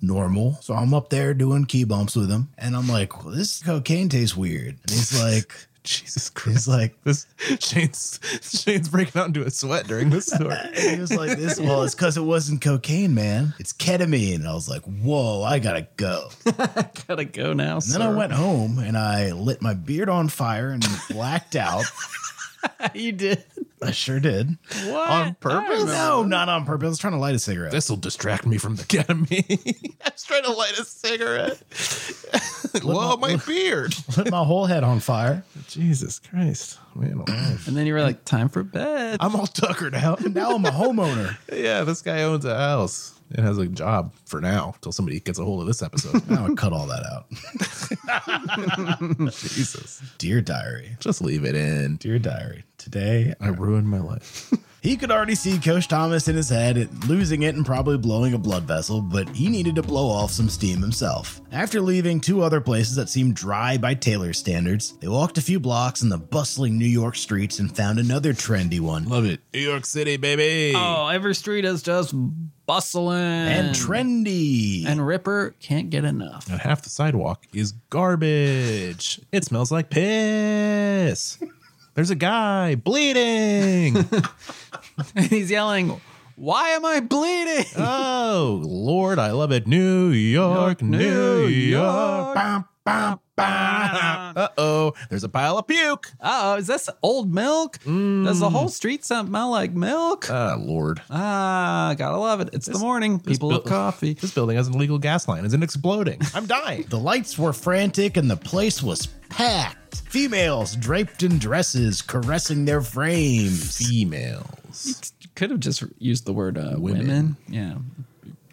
normal. So I'm up there doing key bumps with him. And I'm like, well, This cocaine tastes weird. And he's like,
Jesus
He's
Christ.
like,
This Shane's Shane's breaking out into a sweat during this story.
he was like, this. Well, it's because it wasn't cocaine, man. It's ketamine. And I was like, whoa, I gotta go.
Gotta go now.
And then I went home and I lit my beard on fire and blacked out.
you did.
I sure did.
What?
On purpose?
No, not on purpose. I was trying to light a cigarette.
This will distract me from the ketamine. I was trying to light a cigarette. Whoa, my beard.
lit my whole head on fire.
Jesus Christ. Man alive.
And then you were like, time for bed.
I'm all tuckered out.
Now I'm a homeowner.
Yeah, this guy owns a house and has a job for now till somebody gets a hold of this episode.
Now I cut all that out.
Jesus.
Dear diary.
Just leave it in.
Dear diary. Today,
I ruined my life.
he could already see Coach Thomas in his head, losing it and probably blowing a blood vessel, but he needed to blow off some steam himself. After leaving two other places that seemed dry by Taylor's standards, they walked a few blocks in the bustling New York streets and found another trendy one.
Love it. New York City, baby.
Oh, every street is just bustling
And trendy.
And Ripper can't get enough.
And half the sidewalk is garbage. It smells like piss. There's a guy bleeding.
And he's yelling, Why am I bleeding?
oh, Lord, I love it. New York, New York. Uh oh, there's a pile of puke.
Oh, is this old milk? Does the whole street smell like milk?
Ah, Lord.
ah, gotta love it. It's the morning. People
bu-
love coffee.
This building has an illegal gas line. Isn't exploding? I'm dying.
The lights were frantic and the place was packed. Females draped in dresses, caressing their frames.
Females.
Could have just used the word uh, women.
Women.
Yeah,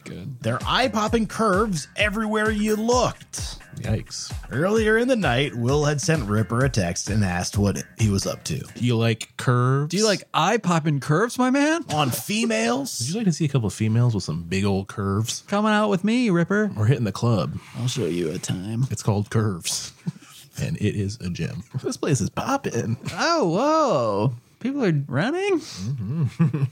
good.
Their eye popping curves everywhere you looked.
Yikes.
Earlier in the night, Will had sent Ripper a text and asked what he was up to.
Do you like curves?
Do you like eye popping curves, my man?
On
Would
females,
you like to see a couple of females with some big old curves?
Coming out with me, Ripper.
We're hitting the club.
I'll show you a time.
It's called Curves, and it is a gym. This place is popping.
Oh, whoa. People are running?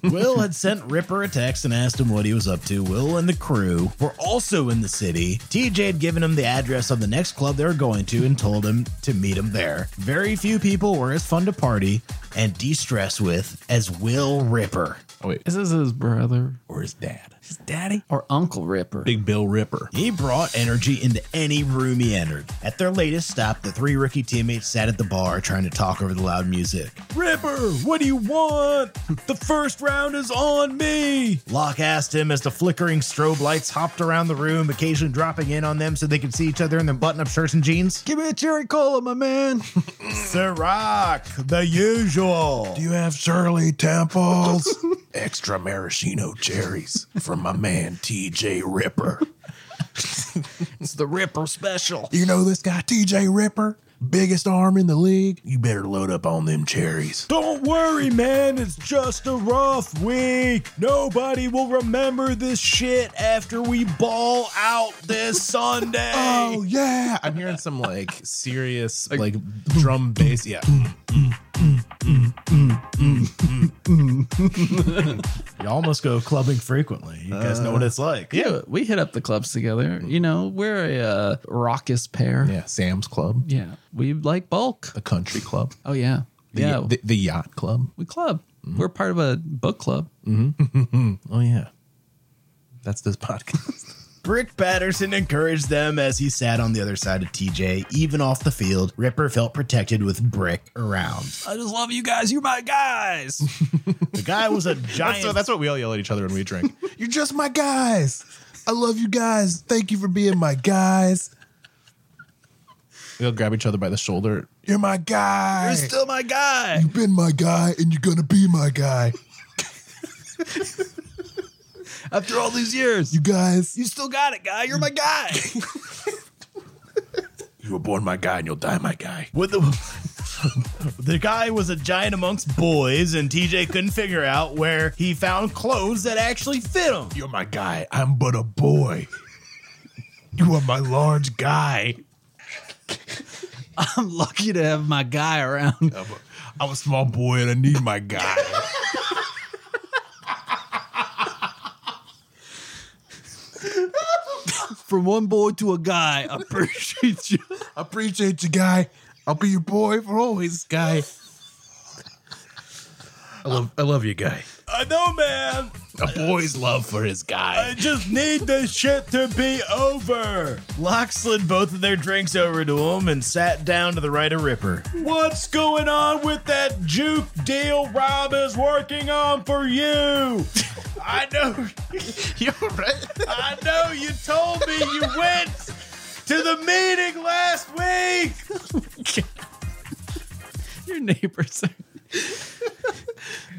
Will had sent Ripper a text and asked him what he was up to. Will and the crew were also in the city. TJ had given him the address of the next club they were going to and told him to meet him there. Very few people were as fun to party and de stress with as Will Ripper.
Oh wait,
This is his brother.
or his dad,
His daddy? Or Uncle Ripper.
Big Bill Ripper.
He brought energy into any room he entered. At their latest stop, the three rookie teammates sat at the bar trying to talk over the loud music. Ripper, what do you want? The first round is on me. Locke asked him as the flickering strobe lights hopped around the room, occasionally dropping in on them so they could see each other in their button up shirts and jeans.
Give me a cherry cola, my man.
Sir Rock, the usual.
You have Shirley Temples, extra maraschino cherries from my man TJ Ripper.
it's the Ripper special.
You know this guy TJ Ripper, biggest arm in the league. You better load up on them cherries.
Don't worry, man. It's just a rough week. Nobody will remember this shit after we ball out this Sunday.
Oh yeah, I'm hearing some like serious like, drum bass. Yeah,
You almost go clubbing frequently. You guys know what it's like.
Yeah, we hit up the clubs together. You know, we're a uh, raucous pair.
yeah. Sam's Club,
Yeah, we like bulk.
the Country Club,
Oh yeah,
the,
yeah.
the, the Yacht Club.
we club. We're part of a book club.
Oh yeah, that's this podcast.
Brick Patterson encouraged them as he sat on the other side of TJ. Even off the field, Ripper felt protected with Brick around.
I just love you guys. You're my guys.
The guy was a giant.
That's what, that's what we all yell at each other when we drink. You're just my guys. I love you guys. Thank you for being my guys. We'll grab each other by the shoulder. You're my guy.
You're still my guy.
You've been my guy, and you're gonna be my guy.
After all these years,
You guys,
you still got it, guy. You're my guy.
You were born my guy and you'll die my guy.
With the, the guy was a giant amongst boys, and TJ couldn't figure out where he found clothes that actually fit him.
You're my guy. I'm but a boy. you are my large guy.
I'm lucky to have my guy around.
I'm a- I'm a small boy and I need my guy.
From one boy to a guy, I appreciate you.
I appreciate you, guy. I'll be your boy for always, guy. I love, I love you, guy.
I know, man.
A boy's love for his guy.
just need this shit to be over. Locke slid both of their drinks over to him and sat down to the right of Ripper. What's going on with that juke deal Rob is working on for you? I know,
You're right.
I know you told me you went to the meeting last week.
Your neighbors are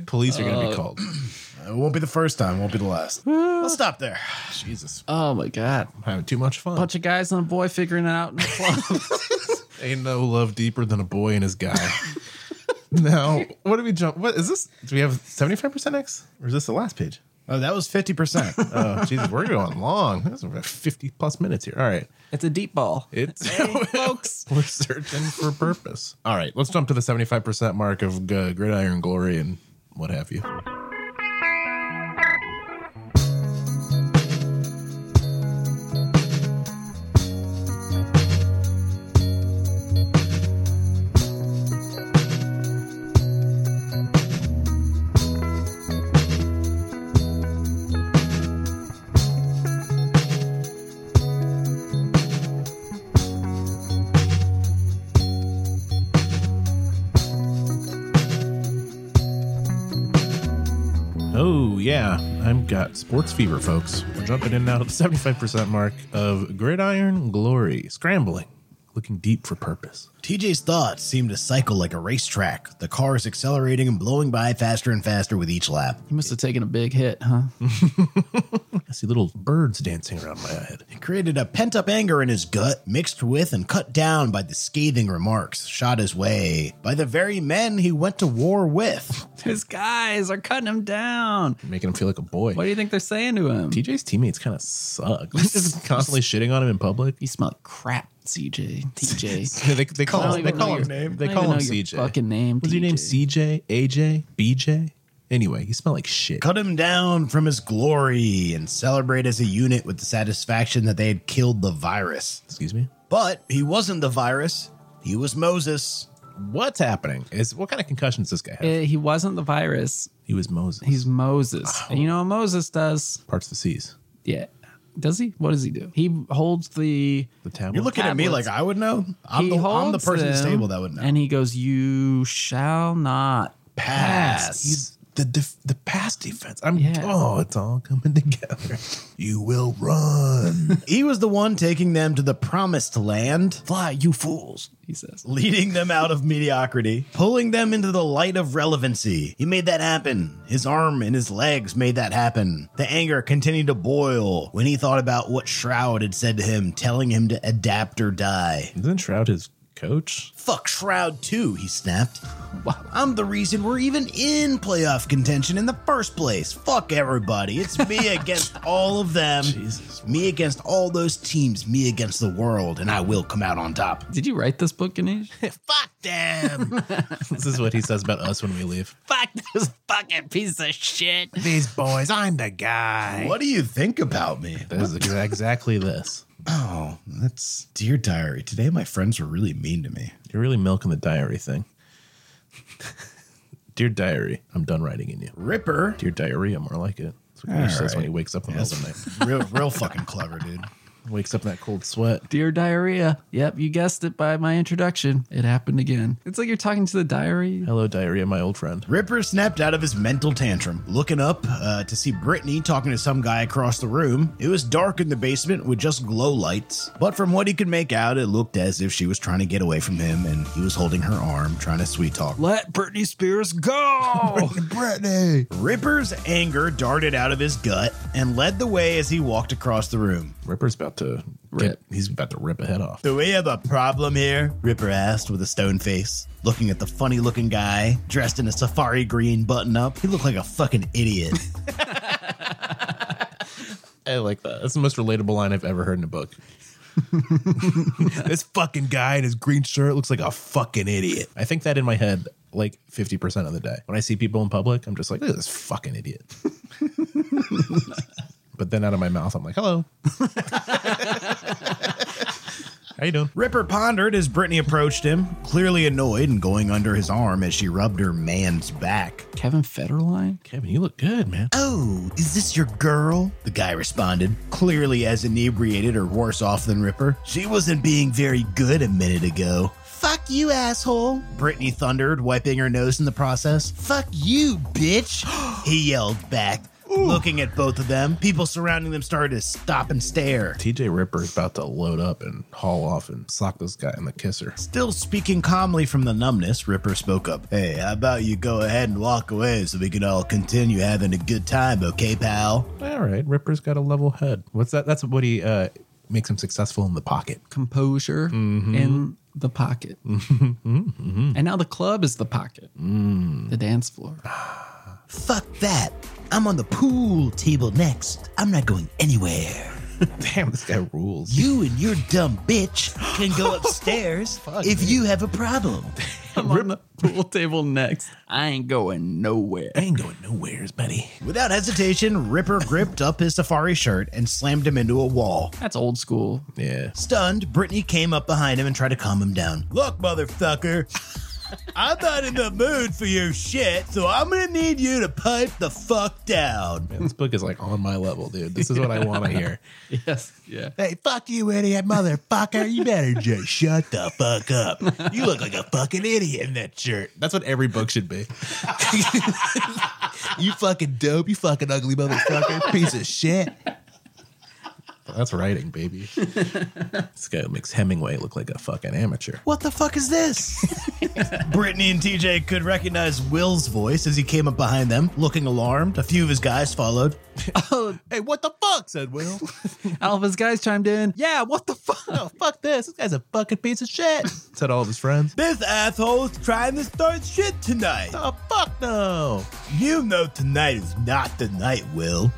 Police are gonna be called.
It won't be the first time, won't be the last. Let's stop there.
Jesus,
Oh my god.
I'm having too much fun.
Bunch of guys and a boy figuring it out in the club.
Ain't no love deeper than a boy and his guy. now, what do we jump? What is this? Do we have 75% X? Or is this the last page?
Oh, that was 50%.
Oh, Jesus, we're going long. That's about 50 plus minutes here. All right.
it's a deep ball.
It's
folks.
we're searching for purpose. All right, let's jump to the 75% mark of uh, Gridiron Glory and what have you. Oh, yeah. I've got sports fever, folks. We're jumping in now to the 75% mark of Gridiron Glory. Scrambling, looking deep for purpose.
TJ's thoughts seemed to cycle like a racetrack, the cars accelerating and blowing by faster and faster with each lap.
You must have taken a big hit, huh?
I see little birds dancing around my head.
It created a pent up anger in his gut, mixed with and cut down by the scathing remarks shot his way by the very men he went to war with.
His guys are cutting him down.
Making him feel like a boy.
What do you think they're saying to him?
TJ's teammates kind of suck. Just constantly shitting on him in public.
You smell like crap, CJ. TJ.
They, they call him. They call him. They
I
call
don't even
him
know your
CJ.
Fucking name.
What's your name? CJ,
TJ?
AJ, BJ. Anyway, you smell like shit.
Cut him down from his glory and celebrate as a unit with the satisfaction that they had killed the virus.
Excuse me.
But he wasn't the virus, he was Moses.
What's happening? Is what kind of concussions this guy have?
Eh, he wasn't the virus.
he was Moses.
He's Moses. And you know what Moses does?
parts the seas.
Yeah. Does he? What does he do? He holds the.
The tablet.
You're looking at me like
Tablets.
I would know. I'm,
he
the, I'm the
holds
person at the
them,
table that would know.
And he goes, "You shall not pass."
He's the def- the pass defense. I'm
Yeah.
oh, it's all coming together. you will run.
He was the one taking them to the promised land. Fly, you fools.
he says.
Leading them out of mediocrity, pulling them into the light of relevancy. He made that happen. His arm and his legs made that happen. The anger continued to boil when he thought about what Shroud had said to him, telling him to adapt or die.
Doesn't Shroud his coach?
Fuck Shroud, too, he snapped. I'm the reason we're even in playoff contention in the first place. Fuck everybody. It's me against all of them.
Jesus.
Me against all those teams. Me against the world. And I will come out on top.
Did you write this book, Ganesh?
Fuck them.
this is what he says about us when we leave.
Fuck this fucking piece of shit.
These boys, I'm the guy.
what do you think about me?
That is exa- exactly this.
Oh, that's dear diary. Today my friends were really mean to me.
You're really milking the diary thing. Dear diary, I'm done writing in you.
Ripper.
Dear diarrhea, more like it. That's what he
All
says when
right.
he wakes up in the middle of the night.
Real, real fucking clever, dude.
Wakes up in that cold sweat.
Dear diarrhea. Yep, you guessed it by my introduction. It happened again. It's like you're talking to the diary.
Hello, diarrhea, my old friend.
Ripper snapped out of his mental tantrum, looking up uh, to see Brittany talking to some guy across the room. It was dark in the basement with just glow lights, but from what he could make out, it looked as if she was trying to get away from him and he was holding her arm, trying to sweet talk.
Let Britney Spears go.
Brittany.
Ripper's anger darted out of his gut, and led the way as he walked across the room.
Ripper's about to Get,
Rip.
he's about to rip a head off.
Do we have a problem here? Ripper asked with a stone face, looking at the funny looking guy dressed in a safari green button up. He looked like a fucking idiot.
I like that. That's the most relatable line I've ever heard in a book. this fucking guy in his green shirt looks like a fucking idiot. I think that in my head like 50% of the day. When I see people in public, I'm just like, look at this fucking idiot. but then out of my mouth, I'm like, hello. How you doing?
Ripper pondered as Brittany approached him, clearly annoyed and going under his arm as she rubbed her man's back.
Kevin Federline?
Kevin, you look good, man.
Oh, is this your girl? The guy responded, clearly as inebriated or worse off than Ripper. She wasn't being very good a minute ago. Fuck you, asshole. Brittany thundered, wiping her nose in the process. Fuck you, bitch. he yelled back, looking at both of them. People surrounding them started to stop and stare.
TJ Ripper is about to load up and haul off and sock this guy in the kisser.
Still speaking calmly from the numbness, Ripper spoke up. Hey, how about you go ahead and walk away so we can all continue having a good time, okay, pal?
All right, Ripper's got a level head. What's that? That's what he uh, makes him successful in the pocket.
Composure
Mm-hmm.
in the pocket. And now the club is the pocket,
Mm.
the dance floor.
Fuck that. I'm on the pool table next. I'm not going anywhere.
Damn, this guy rules.
You and your dumb bitch can go upstairs if you have a problem.
I'm on the pool table next. I ain't going nowhere.
I ain't going nowheres, buddy.
Without hesitation, Ripper gripped up his safari shirt and slammed him into a wall.
That's old school.
Yeah.
Stunned, Brittany came up behind him and tried to calm him down. Look, motherfucker, I'm not in the mood for your shit, so I'm gonna need you to pipe the fuck down.
Man, this book is like on my level, dude. This is what I want to hear.
Yes. Yeah.
Hey, fuck you, idiot motherfucker. You better just shut the fuck up. You look like a fucking idiot in that shirt.
That's what every book should be.
You fucking dope. You fucking ugly motherfucker. Piece of shit.
That's writing, baby. this guy makes Hemingway look like a fucking amateur.
What the fuck is this? Brittany and TJ could recognize Will's voice as he came up behind them, looking alarmed. A few of his guys followed.
Hey, what the fuck? said Will.
Alpha's guys chimed in. Yeah. What the fuck?
oh, fuck this. This guy's a fucking piece of shit. said all of his friends.
This asshole's trying to start shit tonight.
Oh, fuck no.
You know tonight is not the night, Will.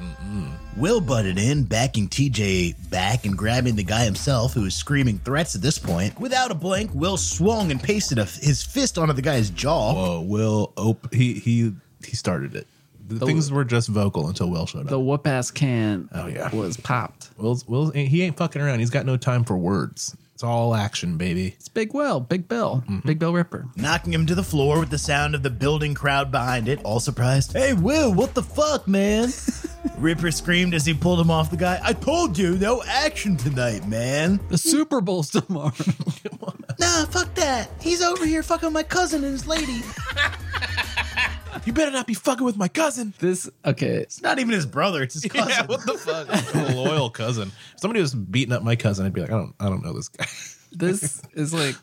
Will butted in, backing TJ back and grabbing the guy himself, who was screaming threats at this point. Without a blank, Will swung and pasted a, his fist onto the guy's jaw.
Whoa, uh, Will op- he he he started it. The, things were just vocal until Will showed
The
up.
whoop ass can
Oh, yeah.
was popped.
Will's Will's ain't- he ain't fucking around. He's got no time for words. It's all action, baby.
It's Big Will, Big Bill, Big Bill Ripper.
Knocking him to the floor with the sound of the building crowd behind it, all surprised. Hey, Will, what the fuck, man? Ripper screamed as he pulled him off the guy. I told you, no action tonight, man.
The Super Bowl's tomorrow.
Nah, fuck that. He's over here fucking my cousin and his lady.
You better not be fucking with my cousin.
this okay.
It's not even his brother, it's his cousin.
Yeah, what the fuck? a loyal cousin. If somebody was beating up my cousin, I'd be like, I don't, I don't know this guy.
This is like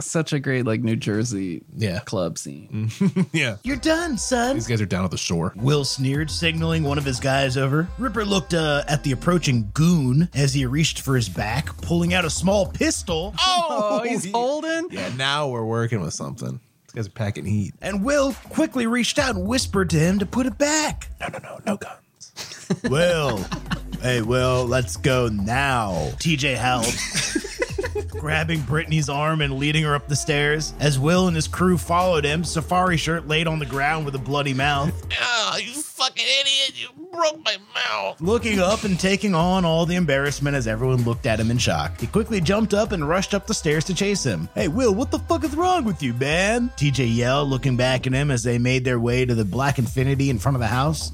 such a great like New Jersey
Yeah.
club scene.
yeah,
You're done, son.
these guys are down at the shore.
Will sneered, signaling one of his guys over. Ripper looked uh, at the approaching goon as he reached for his back, pulling out a small pistol.
Oh, he's holding.
Yeah, now we're working with something. These guys are packing heat.
And Will quickly reached out and whispered to him to put it back.
No, no, no, no guns.
Will. hey, Will, let's go now. TJ howled. Grabbing Brittany's arm and leading her up the stairs. As Will and his crew followed him, Safari shirt laid on the ground with a bloody mouth.
Oh, you fucking idiot! You broke my mouth.
Looking up and taking on all the embarrassment as everyone looked at him in shock. He quickly jumped up and rushed up the stairs to chase him. Hey, Will, what the fuck is wrong with you, man? TJ yelled, looking back at him as they made their way to the black infinity in front of the house.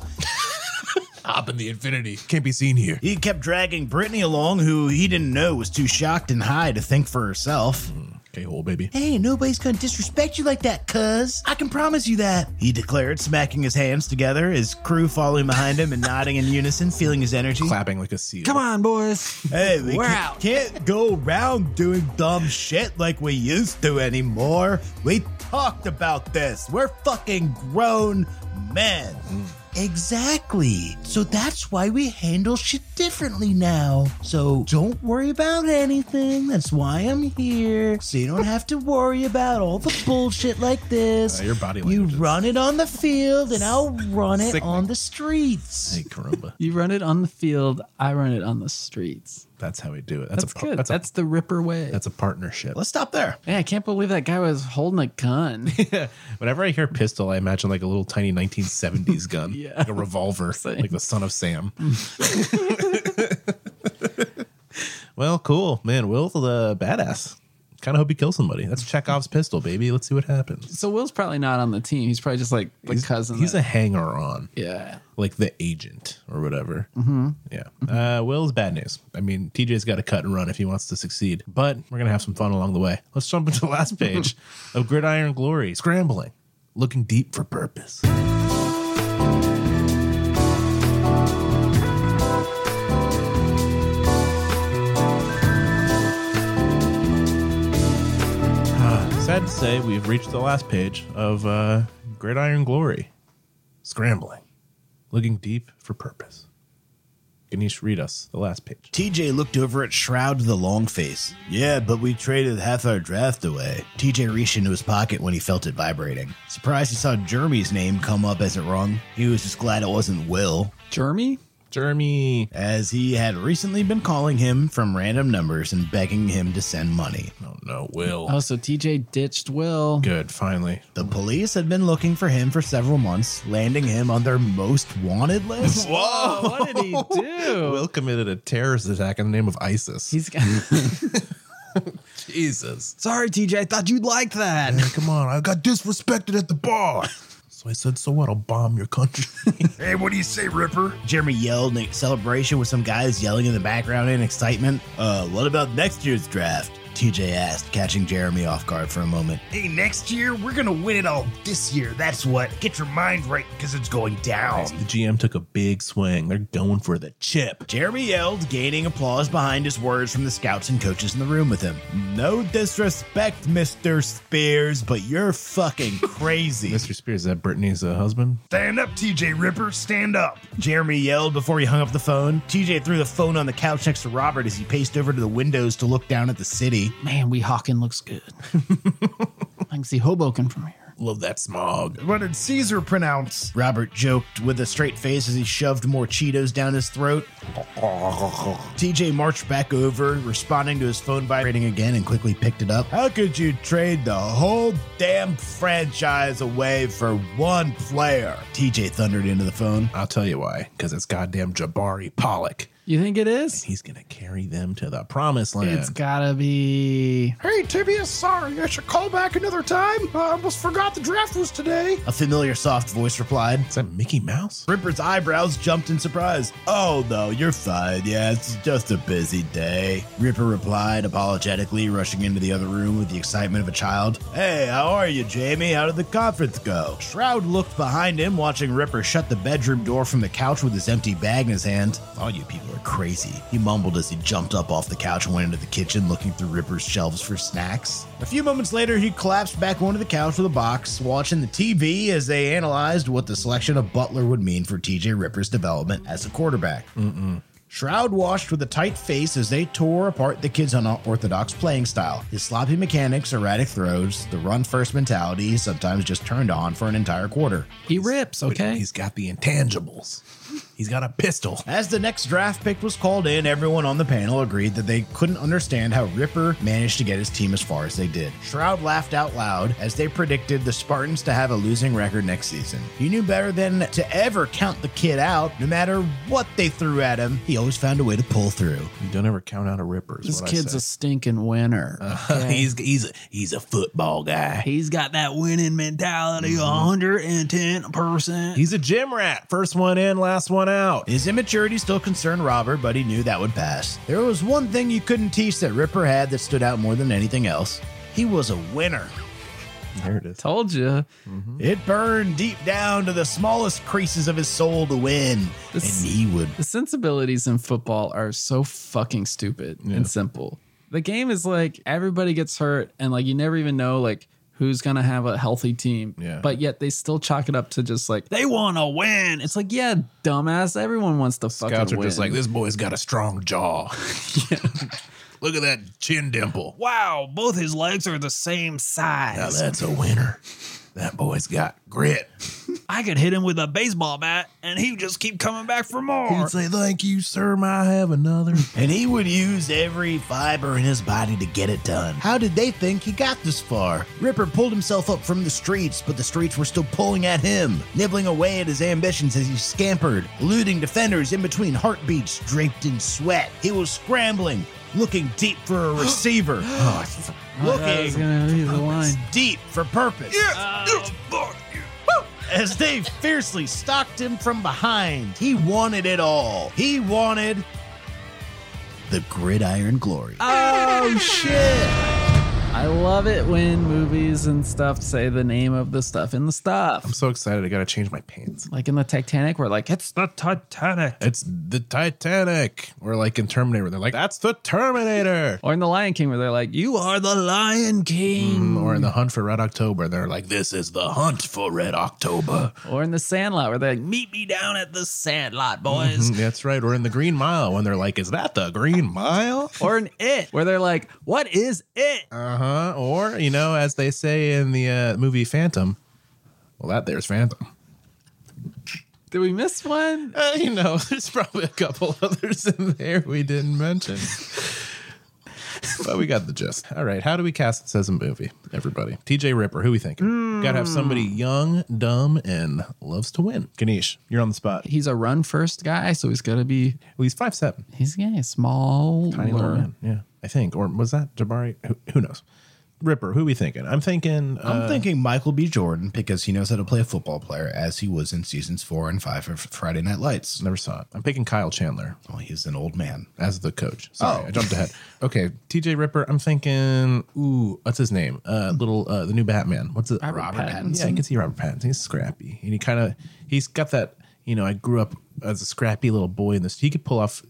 Hop in the infinity. Can't be seen here.
He kept dragging Brittany along, who he didn't know was too shocked and high to think for herself.
Okay, hole baby.
Hey, nobody's gonna disrespect you like that, cuz. I can promise you that, he declared, smacking his hands together, his crew following behind him and nodding in unison, feeling his energy.
Clapping like a seal.
Come on, boys.
Hey, we
We're
ca-
out.
can't go around doing dumb shit like we used to
Mm.
anymore. We talked about this. We're fucking grown men.
Exactly. So that's why we handle shit differently now. So don't worry about anything. That's why I'm here. So you don't have to worry about all the bullshit like this.
Uh, your body
You
language is-
run it on the field and I'll run it
Sickening.
on the streets.
Hey, Karumba.
You run it on the field, I run it on the streets.
That's how we do it. That's,
That's,
a par-
good.
That's,
That's,
a-
the Ripper way.
that's a partnership.
Let's stop there.
yeah, I can't believe that guy was holding a gun.
Whenever I hear pistol, I imagine like a little tiny 1970s gun,
Yeah.
like a revolver,
Same.
like the son of Sam. well, cool, man. Will's the badass. Kind of hope he kills somebody. That's Chekhov's pistol, baby. Let's see what happens.
so Will's probably not on the team. He's probably just like the
he's,
cousin.
He's a
that-
hanger on,
yeah.
like the agent or whatever. Yeah. Uh, Will's bad news. I mean, TJ's got to cut and run if he wants to succeed, but we're going to have some fun along the way. Let's jump into the last page of Gridiron Glory Scrambling, looking deep for purpose. Sad to say, we've reached the last page of uh, Gridiron Glory. Scrambling, looking deep for purpose. Ganesh, read us the last page.
TJ looked over at Shroud the Longface. Yeah, but we traded half our draft away. TJ reached into his pocket when he felt it vibrating. Surprised he saw Jeremy's name come up as it rung. He was just glad it wasn't Will,
Jeremy?
Jeremy.
as he had recently been calling him from random numbers and begging him to send money.
Oh no, Will.
Oh, so TJ ditched Will.
Good, finally.
The police had been looking for him for several months, landing him on their most wanted list.
Whoa, what did he do?
Will committed a terrorist attack in the name of ISIS.
He's got.
Jesus.
Sorry, TJ. I thought you'd like that.
Hey, come on, I got disrespected at the bar. So I said, so what? I'll bomb your country.
Hey, what do you say, Ripper? Jeremy yelled in celebration with some guys yelling in the background in excitement. Uh, what about next year's draft? TJ asked, catching Jeremy off guard for a moment.
Hey, next year, we're going to win it all this year. That's what. Get your mind right because it's going down.
the GM took a big swing. They're going for the chip.
Jeremy yelled, gaining applause behind his words from the scouts and coaches in the room with him. No disrespect, Mr. Spears, but you're fucking crazy.
Mr. Spears, is that Brittany's uh, husband?
Stand up, TJ Ripper. Stand up.
Jeremy yelled before he hung up the phone. TJ threw the phone on the couch next to Robert as he paced over to the windows to look down at the city.
Man, Weehawken looks good. I can see Hoboken from here.
Love that smog.
What did Caesar pronounce?
Robert joked with a straight face as he shoved more Cheetos down his throat. TJ marched back over, responding to his phone vibrating again, and quickly picked it up. How could you trade the whole damn franchise away for one player? TJ thundered into the phone.
I'll tell you why. Because it's goddamn Jabari Pollock.
You think it is?
He's going to carry them to the promised land.
It's gotta be.
Hey, Tibius, sorry. I should call back another time. I almost forgot the draft was today.
A familiar soft voice replied.
is that Mickey Mouse?
Ripper's eyebrows jumped in surprise. Oh no, you're fine. Yeah, it's just a busy day. Ripper replied apologetically, rushing into the other room with the excitement of a child. Hey, how are you, Jamie? How did the conference go? Shroud looked behind him, watching Ripper shut the bedroom door from the couch with his empty bag in his hand. All you people are crazy, he mumbled as he jumped up off the couch and went into the kitchen, looking through Ripper's shelves for snacks. A few moments later, he collapsed back onto the couch with a box, watching the TV as they analyzed what the selection of Butler would mean for TJ Ripper's development as a quarterback. Shroud watched with a tight face as they tore apart the kid's unorthodox playing style. His sloppy mechanics, erratic throws, the run first mentality he sometimes just turned on for an entire quarter.
He rips,
But
okay?
He's got the intangibles. He's got a pistol.
As the next draft pick was called in, everyone on the panel agreed that they couldn't understand how Ripper managed to get his team as far as they did. Shroud laughed out loud as they predicted the Spartans to have a losing record next season. He knew better than to ever count the kid out, no matter what they threw at him. He always found a way to pull through.
Don't ever count out a ripper. is
This
what I
kid's
say. Uh,
a stinking winner.
he's he's a, he's a football guy.
He's got that winning mentality, 110%.
He's a gym rat. First one in, last one out.
His immaturity still concerned Robert, but he knew that would pass. There was one thing you couldn't teach that Ripper had that stood out more than anything else. He was a winner.
There it is.
Told you.
It burned deep down to the smallest creases of his soul to win,
This-
and he would.
The sensibilities in football are so fucking stupid and simple. The game is like everybody gets hurt and like you never even know like who's going to have a healthy team.
Yeah.
But yet they still chalk it up to just like, they want to win. It's like, yeah, dumbass. Everyone wants to
Scouts
fucking
are
win.
just like, this boy's got a strong jaw. Look at that chin dimple.
Wow, both his legs are the same size.
Now that's a winner. That boy's got grit.
I could hit him with a baseball bat and he would just keep coming back for more.
He'd say, thank you, sir. May I have another?
And he would use every fiber in his body to get it done. How did they think he got this far? Ripper pulled himself up from the streets, but the streets were still pulling at him, nibbling away at his ambitions as he scampered, eluding defenders in between heartbeats draped in sweat. He was scrambling, looking deep for a receiver.
Oh, That
Oh, looking
was gonna be the line.
deep for purpose.
Uh,
As they fiercely stalked him from behind, he wanted it all. He wanted the gridiron glory.
Oh,
shit!
I love it when movies and stuff say the name of the stuff in the
I'm
stuff.
so excited. I got to change my pants.
Like in the Titanic, we're like, it's
The Titanic.
It's the Titanic. Or like in Terminator, they're like, that's the Terminator.
or in the Lion King, where they're like, you are the Lion King.
or in The Hunt for Red October, they're like, this is the hunt for Red October.
Or in the Sandlot, where they're like, meet me down at the Sandlot, boys.
Mm, That's right. Or in The Green Mile, when they're like, is that the Green Mile?
or in It, where they're like, what is it?
Uh huh. Or, you know, as they say in the uh, movie Phantom, well, that there's Phantom.
Did we miss one?
Uh, you know, there's probably a couple others in there we didn't mention. but we got the gist. All right. How do we cast this as a movie, everybody? TJ Ripper, who we thinking? Gotta have somebody young, dumb, and loves to win. Ganesh, you're on the spot.
He's a run first guy, so he's got to be,
Well, he's five seven.
he's yeah, small.
Tiny little man. Yeah. I think. Or was that Jabari? Who, who knows? Ripper, who we thinking? I'm thinking
I'm
uh,
thinking Michael B. Jordan because he knows how to play a football player, as he was in seasons four and five of Friday Night Lights.
never saw it. I'm picking Kyle Chandler
Well, he's an old man.
as the coach.
Oh.
Sorry, I jumped ahead. Okay, TJ Ripper, I'm thinking ooh, what's his name? Uh little uh the new Batman. What's it?
Hmm. Robert Pattinson.
Yeah, I can see Robert Pattinson. He's scrappy. And he kind of he's got that, you know, I grew up as a scrappy little boy in this. He could pull off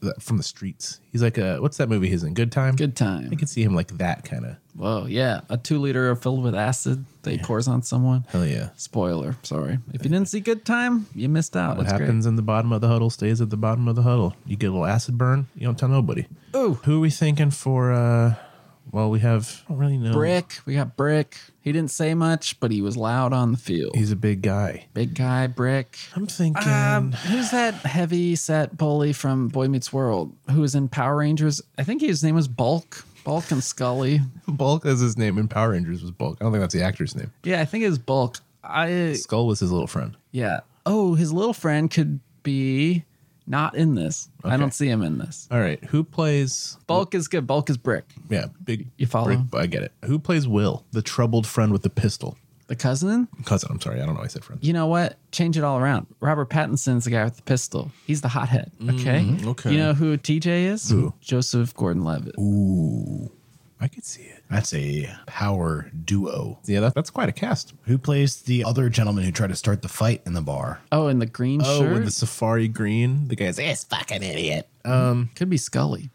the, from the streets. He's like a what's that movie he's in? Good Time?
Good time.
I can see him like that kind of.
Whoa, yeah. A two liter filled with acid that he pours on someone.
Hell yeah.
Spoiler, sorry. If you didn't see Good Time, you missed out.
What
It's
happens in the bottom of the huddle stays at the bottom of the huddle. You get a little acid burn, you don't tell nobody.
Great. Ooh,
Who are we thinking for uh well we have I don't really know.
Brick. We got Brick. He didn't say much, but he was loud on the field.
He's a big guy.
Big guy, Brick.
I'm thinking
Um, who's that heavy set bully from Boy Meets World who was in Power Rangers? I think his name was Bulk. Bulk and Scully.
Bulk is his name in Power Rangers was Bulk. I don't think that's the actor's name.
Yeah, I think it was Bulk. I
Skull was his little friend.
yeah. Oh, his little friend could be not in this. I
Okay.
don't see him in this.
All right, who plays?
Bulk is good. Bulk is Brick.
Yeah, big.
You follow?
Rick- I get it. Who plays Will, the troubled friend with the pistol?
The cousin?
Cousin. I'm sorry, I don't know. why I said friend.
you know what? Change it all around. Robert Pattinson's the guy with the pistol. He's the hothead. Okay.
Mm-hmm, okay.
You know who TJ is?
Who?
Joseph Gordon Levitt.
I could see it.
That's a power duo.
Yeah, that, that's quite a cast.
Who plays the other gentleman who tried to start the fight in the bar?
Oh, and the green
Oh,
shirt
with the safari green, the guy's this fucking idiot. Um,
could be Scully,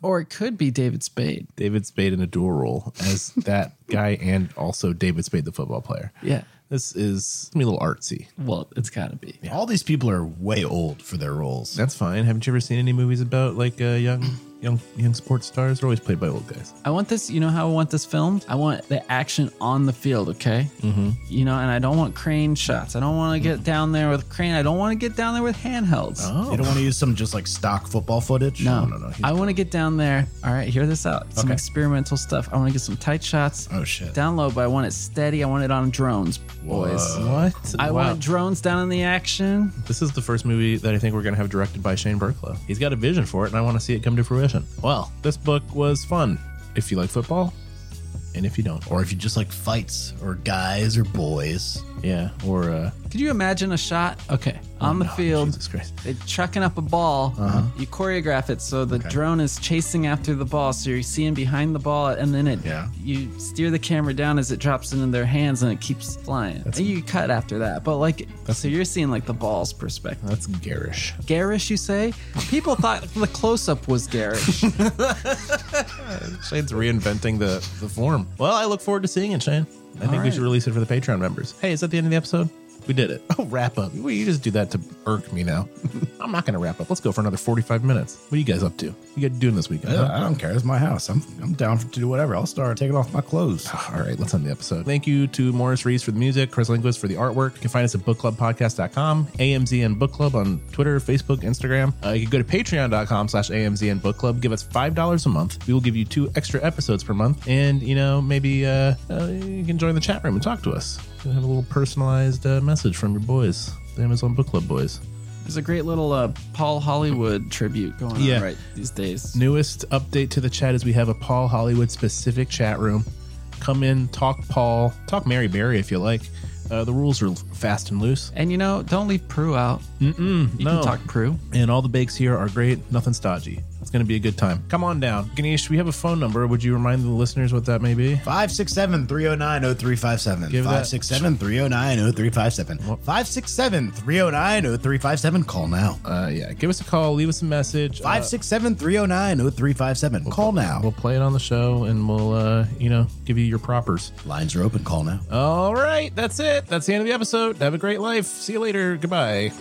or it could be David Spade.
David Spade in a dual role as that guy, and also David Spade, the football player.
Yeah.
This is gonna be a little artsy.
Well, it's got to be.
All these people are way old for their roles.
That's fine. Haven't you ever seen any movies about like uh, young, young, young sports stars? They're always played by old guys.
I want this. You know how I want this filmed? I want the action on the field. Okay. Mm-hmm. You know, and I don't want crane shots. I don't want to get down there with crane. I don't want to get down there with handhelds.
Oh,
They don't want to use some just like stock football footage.
No,
no, no.
I want to get down there. All right, hear this out. Some
Okay.
experimental stuff. I want to get some tight shots.
Oh, shit.
Down low, but I want it steady. I want it on drones, boys.
What?
I
Wow.
want drones down in the action.
This is the first movie that I think we're going to have directed by Shane Burklow. He's got a vision for it, and I want to see it come to fruition. Well, this book was fun. If you like football, and if you don't,
Or if you just like fights or guys or boys.
yeah, or uh,
Could you imagine a shot? Okay, on the field,
Oh, Jesus Christ.
they're chucking up a ball.
Uh-huh.
You choreograph it so the drone is chasing after the ball, so you're seeing behind the ball, and then it
Yeah.
you steer the camera down as it drops into their hands, and it keeps flying. and you cut after that, but like, so you're seeing like the ball's perspective.
That's garish.
Garish, you say? People thought the close-up was garish.
Shane's reinventing the, the form. Well, I look forward to seeing it, Shane. I think we
right.
should release it for the Patreon members. Hey, is that the end of the episode? We did it. Oh, wrap up. Well, you just do that to irk me now. I'm not going to wrap up. Let's go for another 45 minutes. What are you guys up to? You guys doing this weekend?
Yeah,
huh?
I don't care. It's my house. I'm I'm down for, to do whatever. I'll start taking off my clothes.
All right, let's end the episode. Thank you to Morris Reese for the music, Chris Linguist for the artwork. You can find us at bookclubpodcast.com, AMZN Book Club on Twitter, Facebook, Instagram. Uh, you can go to patreon.com slash AMZN Book Club. Give us $5 a month. We will give you two extra episodes per month. And, you know, maybe uh, uh, you can join the chat room and talk to us. We'll have a little personalized uh, message from your boys, the Amazon Book Club boys.
There's a great little uh, Paul Hollywood tribute going
Yeah.
on right these days.
Newest update to the chat is we have a Paul Hollywood specific chat room. Come in, talk Paul, talk Mary Berry if you like. Uh, the rules are fast and loose.
And you know, don't leave Prue out. you
no.
can talk Prue.
And all the bakes here are great, nothing stodgy. It's going to be a good time. Come on down. Ganesh, we have a phone number. Would you remind the listeners what that may be?
567 309 0357.
Give that-
567 309 0357. 567 309 0357. Call now.
Uh, yeah, give us a call, leave us a message. Uh,
567 309 0357.
we'll
Call now.
play it on the show and we'll, uh, you know, give you your propers.
Lines are open. Call now.
All right, that's it. That's the end of the episode. Have a great life. See you later. Goodbye.